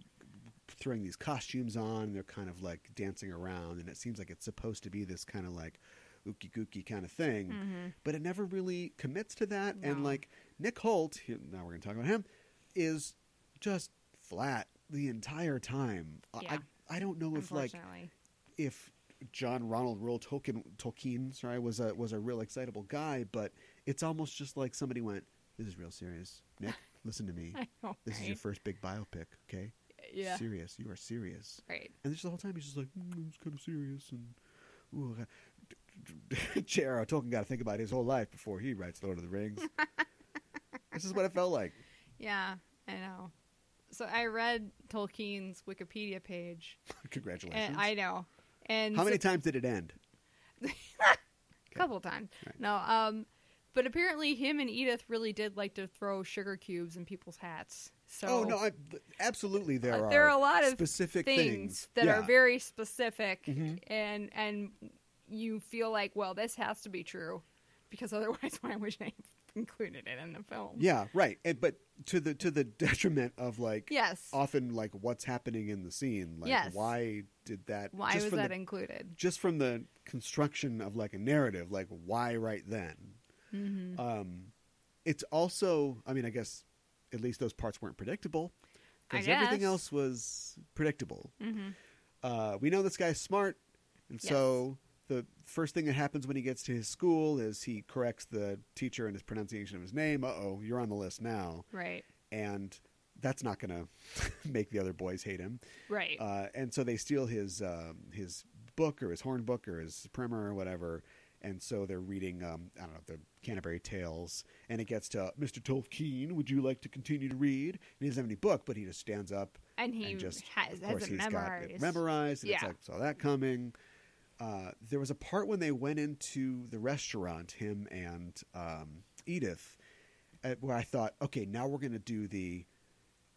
throwing these costumes on and they're kind of like dancing around and it seems like it's supposed to be this kind of like ookie gookie kind of thing Mhm. but it never really commits to that. And No. like Nick Holt, he- now we're going to talk about him, is just flat the entire time. I- Yeah. I I don't know if like Unfortunately, if John Ronald Rule Tolkien Tolkien sorry was a was a real excitable guy, but it's almost just like somebody went, "This is real serious, Nick. Listen to me. I know. This is your right? first big biopic, okay? yeah, Serious. You are serious." right. And just the whole time he's just like, mm, it's kind of serious. And ooh, I- J.R.R. Tolkien got to think about his whole life before he writes Lord of the Rings. this is what it felt like. Yeah, I know. So I read Tolkien's Wikipedia page. Congratulations. And I know. And How many so- times did it end? couple times. No, um but apparently him and Edith really did like to throw sugar cubes in people's hats. So oh no, I, th- absolutely there Uh, are. there are a lot of specific things, that Yeah. are very specific Mhm. and and you feel like, well, this has to be true because otherwise why would I have included it in the film? Yeah, right. And, but to the to the detriment of like Yes. often like what's happening in the scene. Like Yes. why did that? Why just was from that the, included? just from the construction of like a narrative? Like why right then? Mm-hmm. Um, it's also, I mean, I guess at least those parts weren't predictable I because everything guess. else was predictable. Mm-hmm. Uh, we know this guy's smart, and Yes. so the first thing that happens when he gets to his school is he corrects the teacher in his pronunciation of his name. Uh oh, you're on the list now, Right. and that's not going to make the other boys hate him. Right. Uh, and so they steal his um, his book or his horn book or his primer or whatever, and so they're reading, um, I don't know, the Canterbury Tales, and it gets to Mr. Tolkien. Would you like to continue to read? And he doesn't have any book, but he just stands up And he and just has, of course has it he's memorized. got it memorized. And It's Yeah. like saw that coming. Uh, there was a part when they went into the restaurant, him and um, Edith, uh, where I thought, okay, now we're going to do the,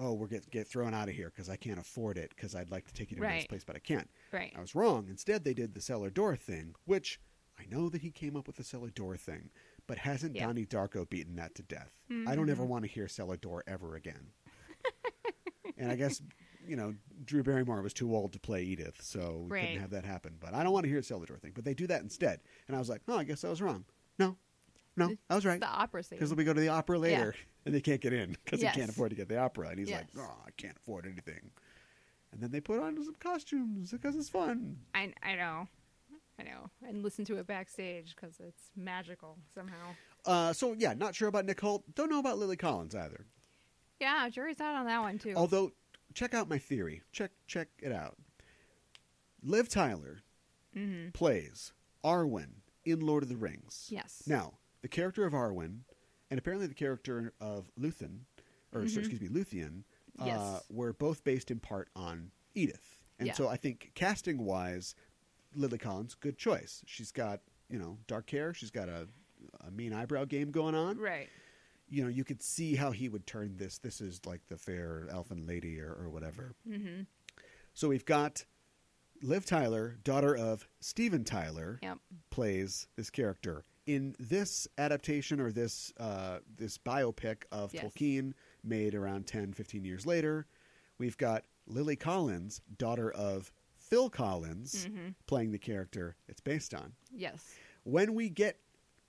oh, we're get get thrown out of here because I can't afford it because I'd like to take you to a nice Right. place, but I can't. Right. I was wrong. Instead, they did the cellar door thing, which I know that he came up with the cellar door thing, but hasn't Yeah. Donnie Darko beaten that to death? I don't ever Mhm. want to hear cellar door ever again. and I guess you know Drew Barrymore was too old to play Edith, so we Right. couldn't have that happen. But I don't want to hear cellar door thing. But they do that instead, and I was like, oh, I guess I was wrong. No, no, I was right The opera scene. because we go to the opera later and they can't get in because Yes. he can't afford to get the opera and he's Yes. like oh i can't afford anything and then they put on some costumes because it's fun I, I know. I know. And listen to it backstage because it's magical somehow. uh, so yeah not sure about nick holt don't know about lily collins either Yeah, jury's out on that one too. although check out my theory check check it out liv tyler mm-hmm. plays arwen in lord of the rings Yes. now the character of arwen and apparently the character of luthen or so- Mhm. excuse me luthien uh, Yes. were both based in part on Edith. And Yeah. so I think casting wise, Lily Collins, good choice. She's got, you know, dark hair. She's got a, a mean eyebrow game going on. Right. You know, you could see how he would turn this. This is like the fair elfin lady or, or whatever. Mm-hmm. So we've got Liv Tyler, daughter of Steven Tyler, Yep. plays this character. In this adaptation or this uh, this biopic of Yes. Tolkien made around 10, 15 years later, we've got Lily Collins, daughter of Phil Collins, Mhm. playing the character it's based on. Yes. When we get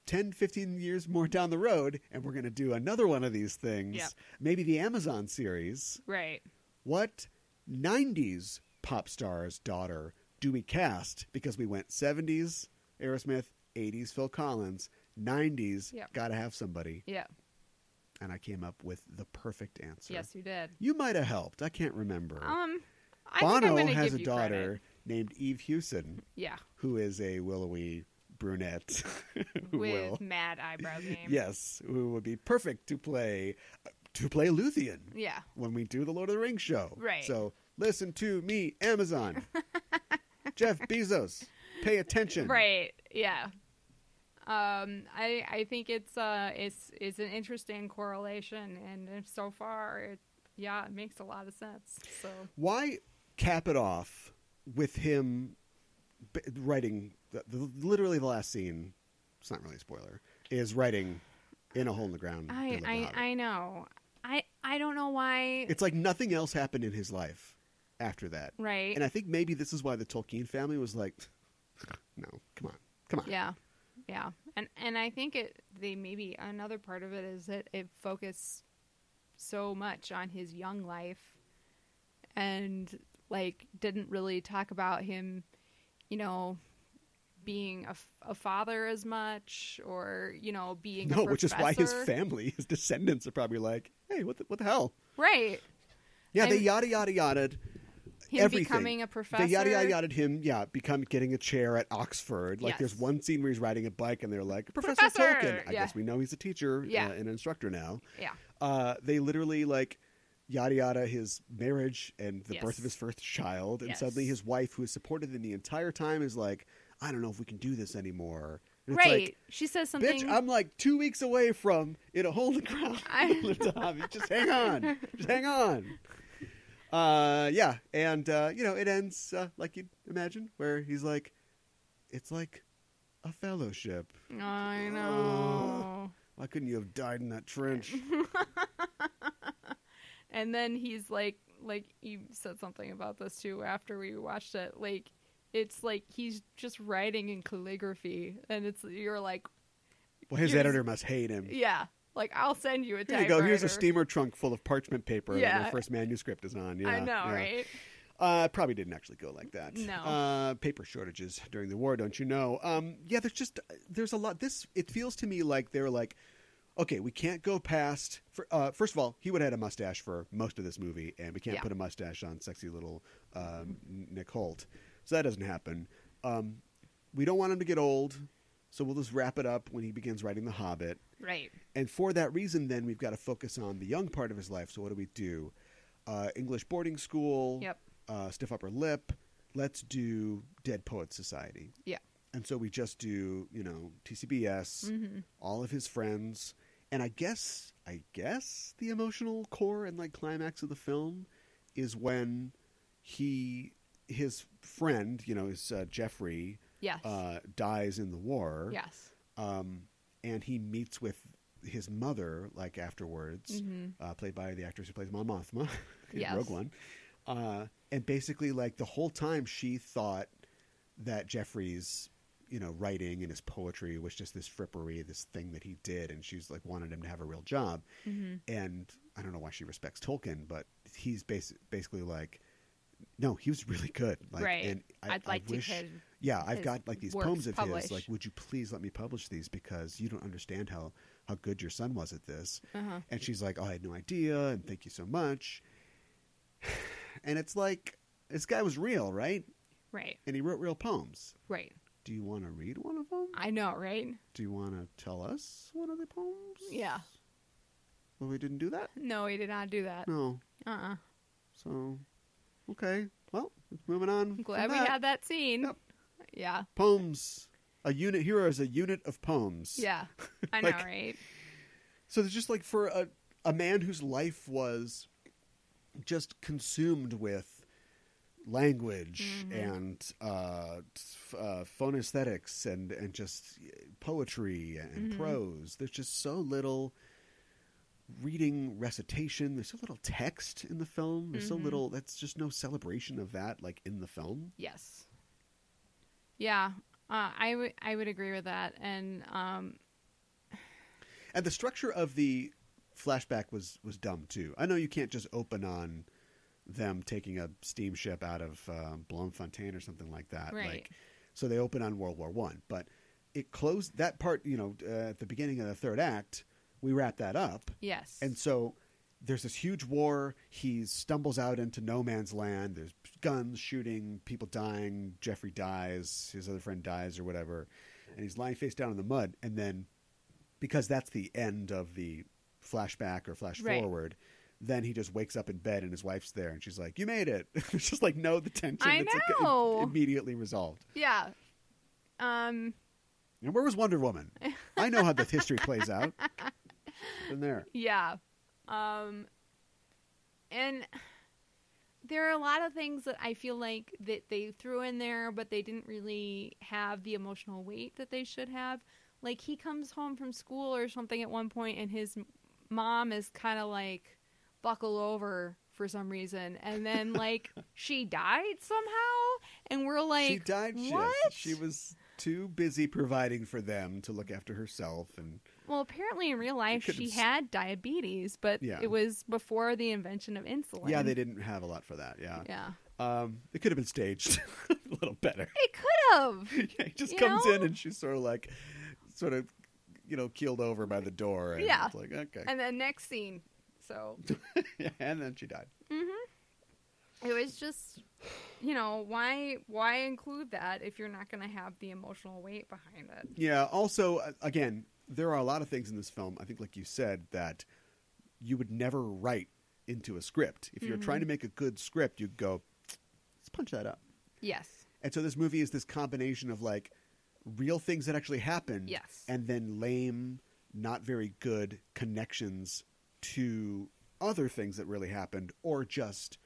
10, 15 years more down the road, and we're going to do another one of these things, Yep. maybe the Amazon series, Right. what 90s pop star's daughter do we cast? Because we went 70s Aerosmith, 80s Phil Collins, 90s, Yep. gotta have somebody. Yeah. And I came up with the perfect answer. Yes, you did. You might have helped. I can't remember. Um, I think I'm Bono gonna has give a you daughter credit. named Eve Hewson, Yeah, who is a willowy brunette. who with will. mad eyebrow game. Yes, who would be perfect to play to play Luthien Yeah. when we do the Lord of the Rings show. Right. So listen to me, Amazon. Jeff Bezos, pay attention. Right. Yeah. Um, I I think it's uh it's it's an interesting correlation, and if so far, it, yeah, it makes a lot of sense. So Why cap it off with him b- writing the, the, literally the last scene? It's not really a spoiler. Is writing in a hole in the ground. They I Live in a Hobbit. I, I know. I I don't know why. It's like nothing else happened in his life after that. right. And I think maybe this is why the Tolkien family was like, no, come on, come on. Yeah, yeah, and and I think it they maybe another part of it is that it focused so much on his young life, and like didn't really talk about him, you know, being a, f- a father as much, or you know, being No, a which is why his professor. family, his descendants, are probably like, "Hey, what the, what the hell?" right Yeah, they And- yada yada yada. him everything. becoming a professor They yada yada yada him. Yeah, become getting a chair at Oxford. Like, Yes. there's one scene where he's riding a bike, and they're like, "Professor, Professor! Tolkien." I Yeah. guess we know he's a teacher, Yeah. uh, an instructor now. yeah Uh, they literally like yada yada his marriage and the birth Yes. of his first child, and Yes. suddenly his wife, who has supported him the entire time, is like, "I don't know if we can do this anymore." And it's like, right she says something Bitch, I'm like two weeks away from in a hole in the ground. I- Lift off. Just hang on. Just hang on. Uh, yeah, and uh, you know it ends uh, like you'd imagine, where he's like, "It's like a fellowship. I know. Why couldn't you have died in that trench?" and then he's like like you said something about this too after we watched it like it's like he's just writing in calligraphy and it's you're like Well, his Here's- editor must hate him. yeah like i'll send you a Here you go. Here's a typewriter. steamer trunk full of parchment paper that Yeah. my first manuscript is on. Yeah, i know yeah. right Uh, it probably didn't actually go like that. No. Uh, paper shortages during the war, don't you know? Um, yeah, there's just there's a lot. This it feels to me like they're like, okay, we can't go past. For, uh, first of all, he would have had a mustache for most of this movie, and we can't Yeah. put a mustache on sexy little um, Nick Holt, so that doesn't happen. Um, we don't want him to get old. So we'll just wrap it up when he begins writing The Hobbit. Right. And for that reason, then we've got to focus on the young part of his life. So what do we do? Uh, English boarding school. Yep. Uh, stiff upper lip. Let's do Dead Poets Society. Yeah. And so we just do you know TCBS, hmm all of his friends, and I guess I guess the emotional core and like climax of the film is when he his friend you know is uh, Jeffrey Yes. uh, dies in the war yes. um, and he meets with his mother like afterwards, hmm uh, played by the actress who plays Mon Mothma in Yes. Rogue One, uh, and basically like the whole time she thought that Jeffrey's you know writing and his poetry was just this frippery, this thing that he did, and she's like wanted him to have a real job, hmm and I don't know why she respects Tolkien, but he's basi- basically like. No, he was really good. Like, Right. And I, I'd like I wish, to could yeah, I've his got like these works poems of his. published. Like, would you please let me publish these because you don't understand how how good your son was at this? uh And she's like, "Oh, I had no idea, and thank you so much." And it's like this guy was real, right? Right. And he wrote real poems. Right. Do you want to read one of them? I know, right? Do you want to tell us one of the poems? Yeah. Well, we didn't do that. No, he did not do that. No. Uh uh So, okay. Well, moving on. I'm glad from we that. had that scene. Yep. Yeah. poems. A unit here is a unit of poems. Yeah. I know, Like- right? So there's just like for a a man whose life was just consumed with language Mhm. and uh, f- uh, phone aesthetics and and just poetry and Mhm. prose. There's just so little reading recitation. There's so little text in the film. There's Mhm. so little. That's just no celebration of that. Like in the film. Yes. Yeah. Uh, I would I would agree with that, and um, And the structure of the flashback was was dumb too. I know you can't just open on them taking a steamship out of um, Bloemfontein or something like that. Right. Like, so they open on World War One, but it closed that part. You know, uh, at the beginning of the third act, we wrap that up, yes, and so there's this huge war. He stumbles out into no man's land. There's guns shooting, people dying. Jeffrey dies. His other friend dies or whatever. And he's lying face down in the mud. And then, because that's the end of the flashback or flash Right. forward, then he just wakes up in bed and his wife's there and she's like, You made it. it's just like, no, the tension. I it's like, know. immediately resolved. yeah, um, And where was Wonder Woman? I know how the history plays out. In there. yeah, um, and there are a lot of things that I feel like that they threw in there, but they didn't really have the emotional weight that they should have. Like he comes home from school or something at one point, and his m- mom is kind of like buckle over for some reason, and then like she died somehow, and we're like, she died shift. what? She was too busy providing for them to look after herself and Well, apparently in real life could've she s- had diabetes, but Yeah. it was before the invention of insulin. yeah, they didn't have a lot for that. Yeah. Yeah, Um it could have been staged a little better. they could have. yeah, he just You comes know? in and she's sort of like sort of you know, keeled over by the door and Yeah. it's like, okay. and then next scene, so Yeah, and then she died. mm-hmm. it was just, you know, why why include that if you're not going to have the emotional weight behind it? Yeah. Also, uh, again, there are a lot of things in this film. I think, like you said, that you would never write into a script. If you're Mhm. trying to make a good script, you'd go, let's punch that up. Yes, And so this movie is this combination of like real things that actually happened, Yes. and then lame, not very good connections to other things that really happened, or just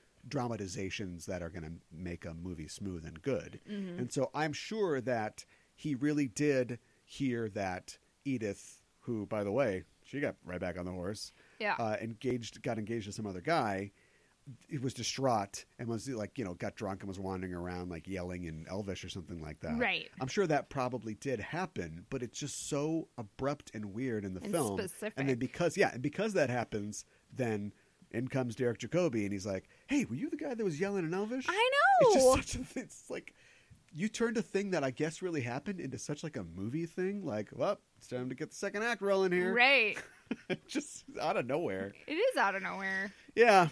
dramatizations that are going to make a movie smooth and good. Mhm. And so I'm sure that he really did hear that Edith, who by the way, she got right back on the horse, yeah, uh, engaged, got engaged to some other guy. It was distraught and was like, you know, got drunk and was wandering around like yelling in Elvish or something like that. right, I'm sure that probably did happen, but it's just so abrupt and weird in the And film. specific. And then because yeah, and because that happens, then in comes Derek Jacobi and he's like, "Hey, were you the guy that was yelling in Elvish?" I It's know. just such a, it's like you turned a thing that I guess really happened into such like a movie thing. Like, well, it's time to get the second act rolling here. right. just out of nowhere. It is out of nowhere. Yeah.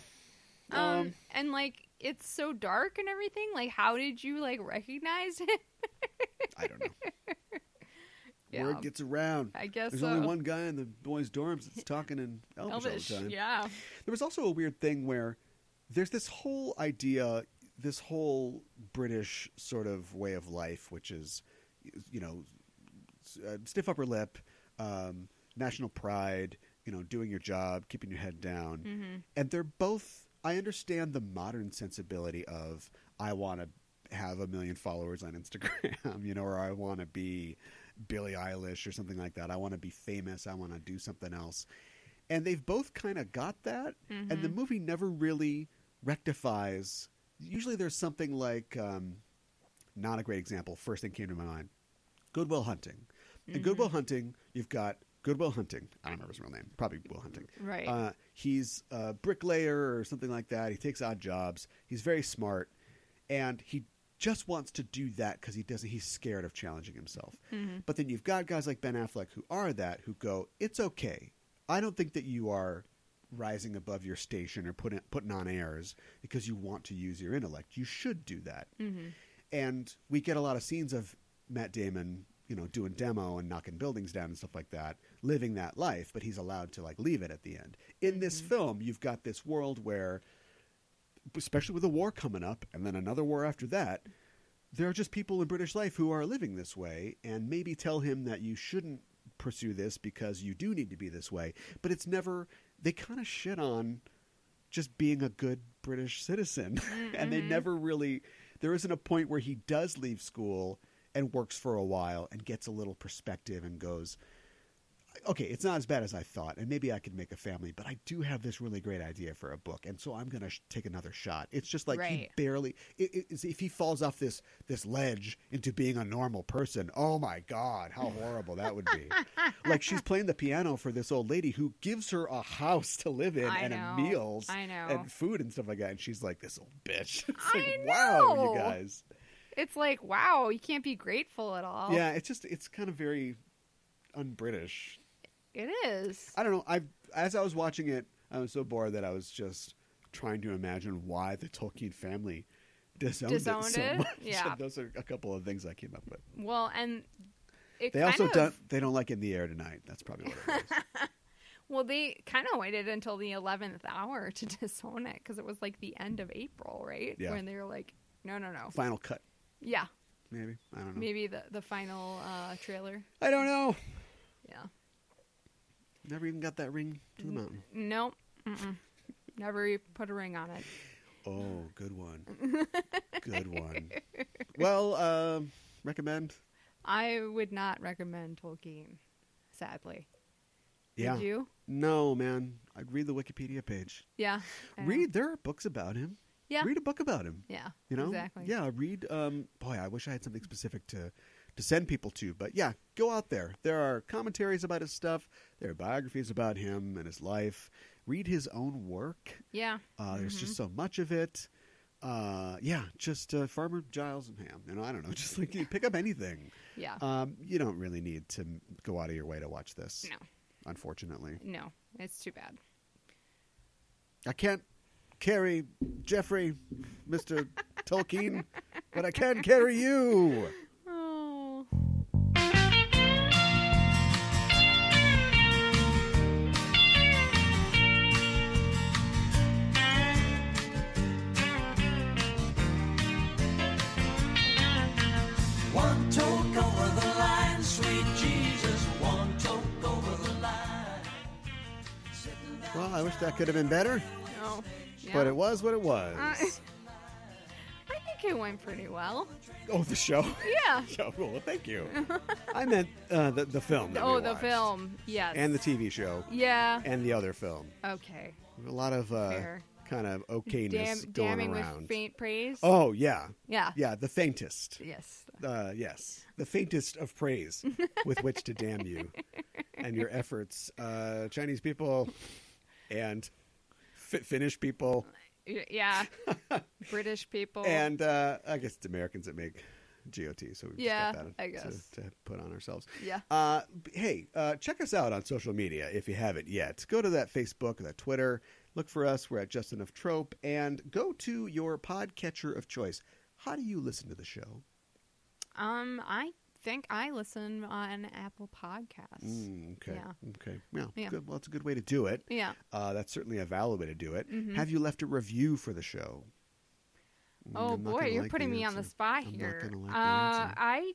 Um, and like it's so dark and everything. Like, how did you like recognize it? I don't know. Yeah. Word gets around. I guess uh, There's so. only one guy in the boys' dorms that's talking in Elvish, Elvish. all the time. Yeah. There was also a weird thing where there's this whole idea, this whole British sort of way of life, which is, you know, s- uh, stiff upper lip, um, national pride, you know, doing your job, keeping your head down. Mm-hmm. And they're both, I understand the modern sensibility of, I want to have a million followers on Instagram, you know, or I want to be Billie Eilish or something like that. I want to be famous. I want to do something else. And they've both kind of got that. And the Mhm. movie never really rectifies. Usually there's something like, um, not a great example, first thing came to my mind Goodwill Hunting. In Goodwill Hunting, you've got Goodwill Hunting. I don't remember his real name. Probably Will Hunting. Right. Uh, he's a bricklayer or something like that. He takes odd jobs. He's very smart, and he just wants to do that because he doesn't. He's scared of challenging himself. Mhm. But then you've got guys like Ben Affleck who are that who go, "It's okay. I don't think that you are." Rising above your station or putting putting on airs because you want to use your intellect. You should do that Mm-hmm. and we get a lot of scenes of Matt Damon, you know, doing demo and knocking buildings down and stuff like that, living that life, but he's allowed to like leave it at the end. In this film, you've got this world where especially with a war coming up and then another war after that, there are just people in British life who are living this way and maybe tell him that you shouldn't pursue this because you do need to be this way, but it's never they kind of shit on just being a good British citizen. Mm-hmm. and they never really, there isn't a point where he does leave school and works for a while and gets a little perspective and goes, okay, it's not as bad as I thought. And maybe I could make a family, but I do have this really great idea for a book. And so I'm going to sh- take another shot. It's just like he Right. barely, it, it- it's- if he falls off this, this ledge into being a normal person, oh my God, how horrible that would be. like she's playing the piano for this old lady who gives her a house to live in I and know. a meals I know. and food and stuff like that. And she's like, this old bitch. It's I like, wow, know. you guys. It's like, wow, you can't be grateful at all. Yeah, it's just, it's kind of very un British. It is. I don't know. I As I was watching it, I was so bored that I was just trying to imagine why the Tolkien family disowned, Disowned it so it? much. Yeah. Those are a couple of things I came up with. Well, and it They kind also of, don't, they don't like In the Air Tonight. That's probably what it was. Well, they kind of waited until the 11th hour to disown it because it was like the end of April, right? Yeah. Uh-huh. When they were like, no, no, no. Final cut, Yeah. maybe. I don't know. Maybe the, the final uh, trailer. I don't know. Yeah. Never even got that ring to Mm-hmm. the mountain. Nope. Mm-mm. Never e- put a ring on it. Oh, good one. Good one. Well, um, recommend. I would not recommend Tolkien, sadly. Yeah. Would you? No, man. I'd read the Wikipedia page. Yeah. I know. Read. There are books about him. Oh. Yeah. Read a book about him. Yeah. You know. Exactly. Yeah. Read. Um, boy, I wish I had something specific to to send people to. But yeah, go out there. There are commentaries about his stuff. There are biographies about him and his life. Read his own work. Yeah. Uh, there's just Mm-hmm. so much of it. Uh, yeah, just uh, Farmer Giles and Ham. You know, I don't know. Just like you pick up anything. Yeah. Um, you don't really need to m- go out of your way to watch this. no. Unfortunately, No. It's too bad. I can't carry Jeffrey, Mister Tolkien, but I can carry you. Oh. One toke over the line, sweet Jesus, one toke over the line. Sitting down Well, I wish that could have been better, No. Oh, Yeah. but it was what it was. Uh, I think it went pretty well. oh, the show. Yeah. show. Well, thank you. I meant uh, the the film. that we Oh, the watched. film. Yes. and the TV show Yeah. and the other film. Okay. A lot of uh, Fair. kind of okayness Dam- going damning around. with faint praise. oh yeah, Yeah. yeah, the faintest. Yes. Uh, yes, the faintest of praise with which to damn you and your efforts, uh, Chinese people and fi- Finnish people, Y- Yeah. British people. and uh, I guess it's Americans that make GOT. So we Yeah, just got that I to- guess. to, put on ourselves. Yeah. Uh, b- hey, uh, check us out on social media if you haven't yet. Go to that Facebook or that Twitter. Look for us. We're at Just Enough Trope. And go to your podcatcher of choice. How do you listen to the show? Um, I think I listen on Apple Podcasts. Mm, okay. Yeah. Okay. Well, Yeah. Good. well, that's a good way to do it. Yeah. Mm-hmm. Uh, that's certainly a valid way to do it. Have you left a review for the show? Mm, Oh I'm not boy, gonna you're like putting me on the answer. spot I'm not here. gonna like the uh, answer. I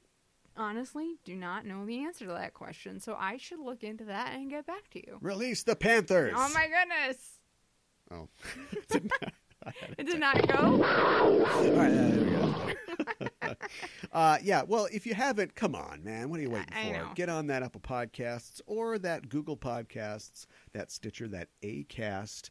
honestly do not know the answer to that question, so I should look into that and get back to you. Release the Panthers. Oh my goodness, Oh. it did not go. All right, uh, there we go. Uh, yeah, well, if you haven't, come on, man. What are you waiting I- I for? know. Get on that Apple Podcasts or that Google Podcasts, that Stitcher, that Acast,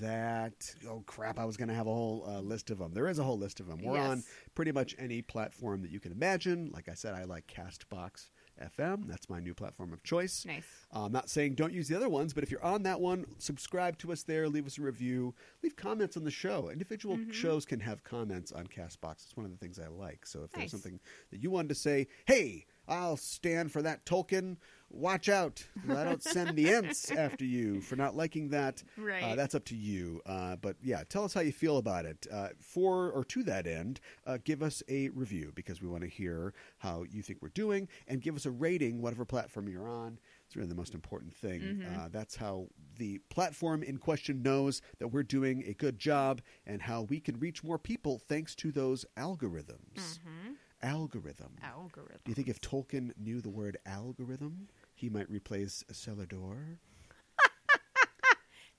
that oh crap! I was going to have a whole uh, list of them. There is a whole list of them. We're on Yes. pretty much any platform that you can imagine. Like I said, I like Castbox FM. That's my new platform of choice. Nice. Uh, I'm not saying don't use the other ones, but if you're on that one, subscribe to us there, leave us a review, leave comments on the show. Individual Mm-hmm. shows can have comments on Castbox. It's one of the things I like. So if there's Nice. something that you wanted to say, hey, I'll stand for that Tolkien. Watch out! I don't send the ants after you for not liking that. Uh, Right. that's up to you. Uh, but yeah, tell us how you feel about it. Uh, for or to that end, uh, give us a review because we want to hear how you think we're doing, and give us a rating, whatever platform you're on. It's really the most important thing. Uh, that's how the platform in question knows that we're doing a good job and how we can reach more people thanks to those Mm-hmm. algorithms. Mm. Algorithm. Algorithm. Do you think if Tolkien knew the word algorithm, he might replace Celador?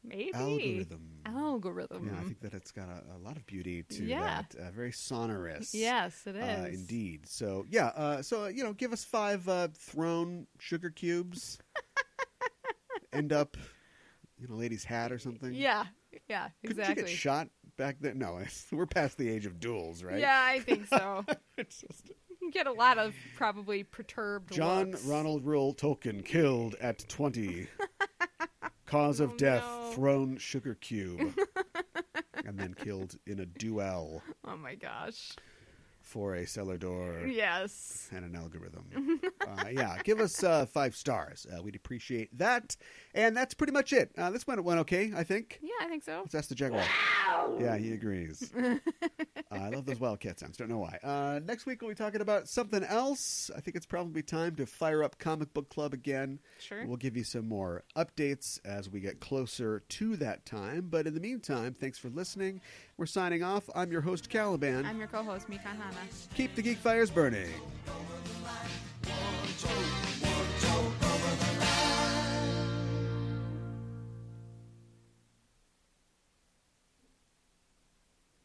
Maybe Algorithm. Oh, Algorithm. Yeah, I think that it's got a, a lot of beauty to Mm-hmm. Yeah. that. Uh, very sonorous. Yes, it is. Uh, indeed. So yeah. Uh, so uh, you know, give us five uh, thrown sugar cubes. end up in a lady's hat or something. Yeah. Yeah. Couldn't Exactly. you get shot back then? No, we're past the age of duels, right? Yeah, I think so. It's just- you can get a lot of probably perturbed. John looks. Ronald Reuel Tolkien killed at twenty. Cause of Oh, death: no. thrown sugar cube, and then killed in a duel Oh my gosh. for a cellar door. Yes. and an algorithm. uh, yeah, give us uh, five stars. Uh, we'd appreciate that. And that's pretty much it. Uh, this one went okay, I think. Yeah, I think so. Let's ask the Jaguar. Yeah, he agrees. uh, I love those Wildcat sounds. Don't know why. Uh, next week we'll be talking about something else. I think it's probably time to fire up Comic Book Club again. Sure. We'll give you some more updates as we get closer to that time. But in the meantime, thanks for listening. We're signing off. I'm your host, Caliban. I'm your co-host Mikan Hana. Keep the geek fires burning. Go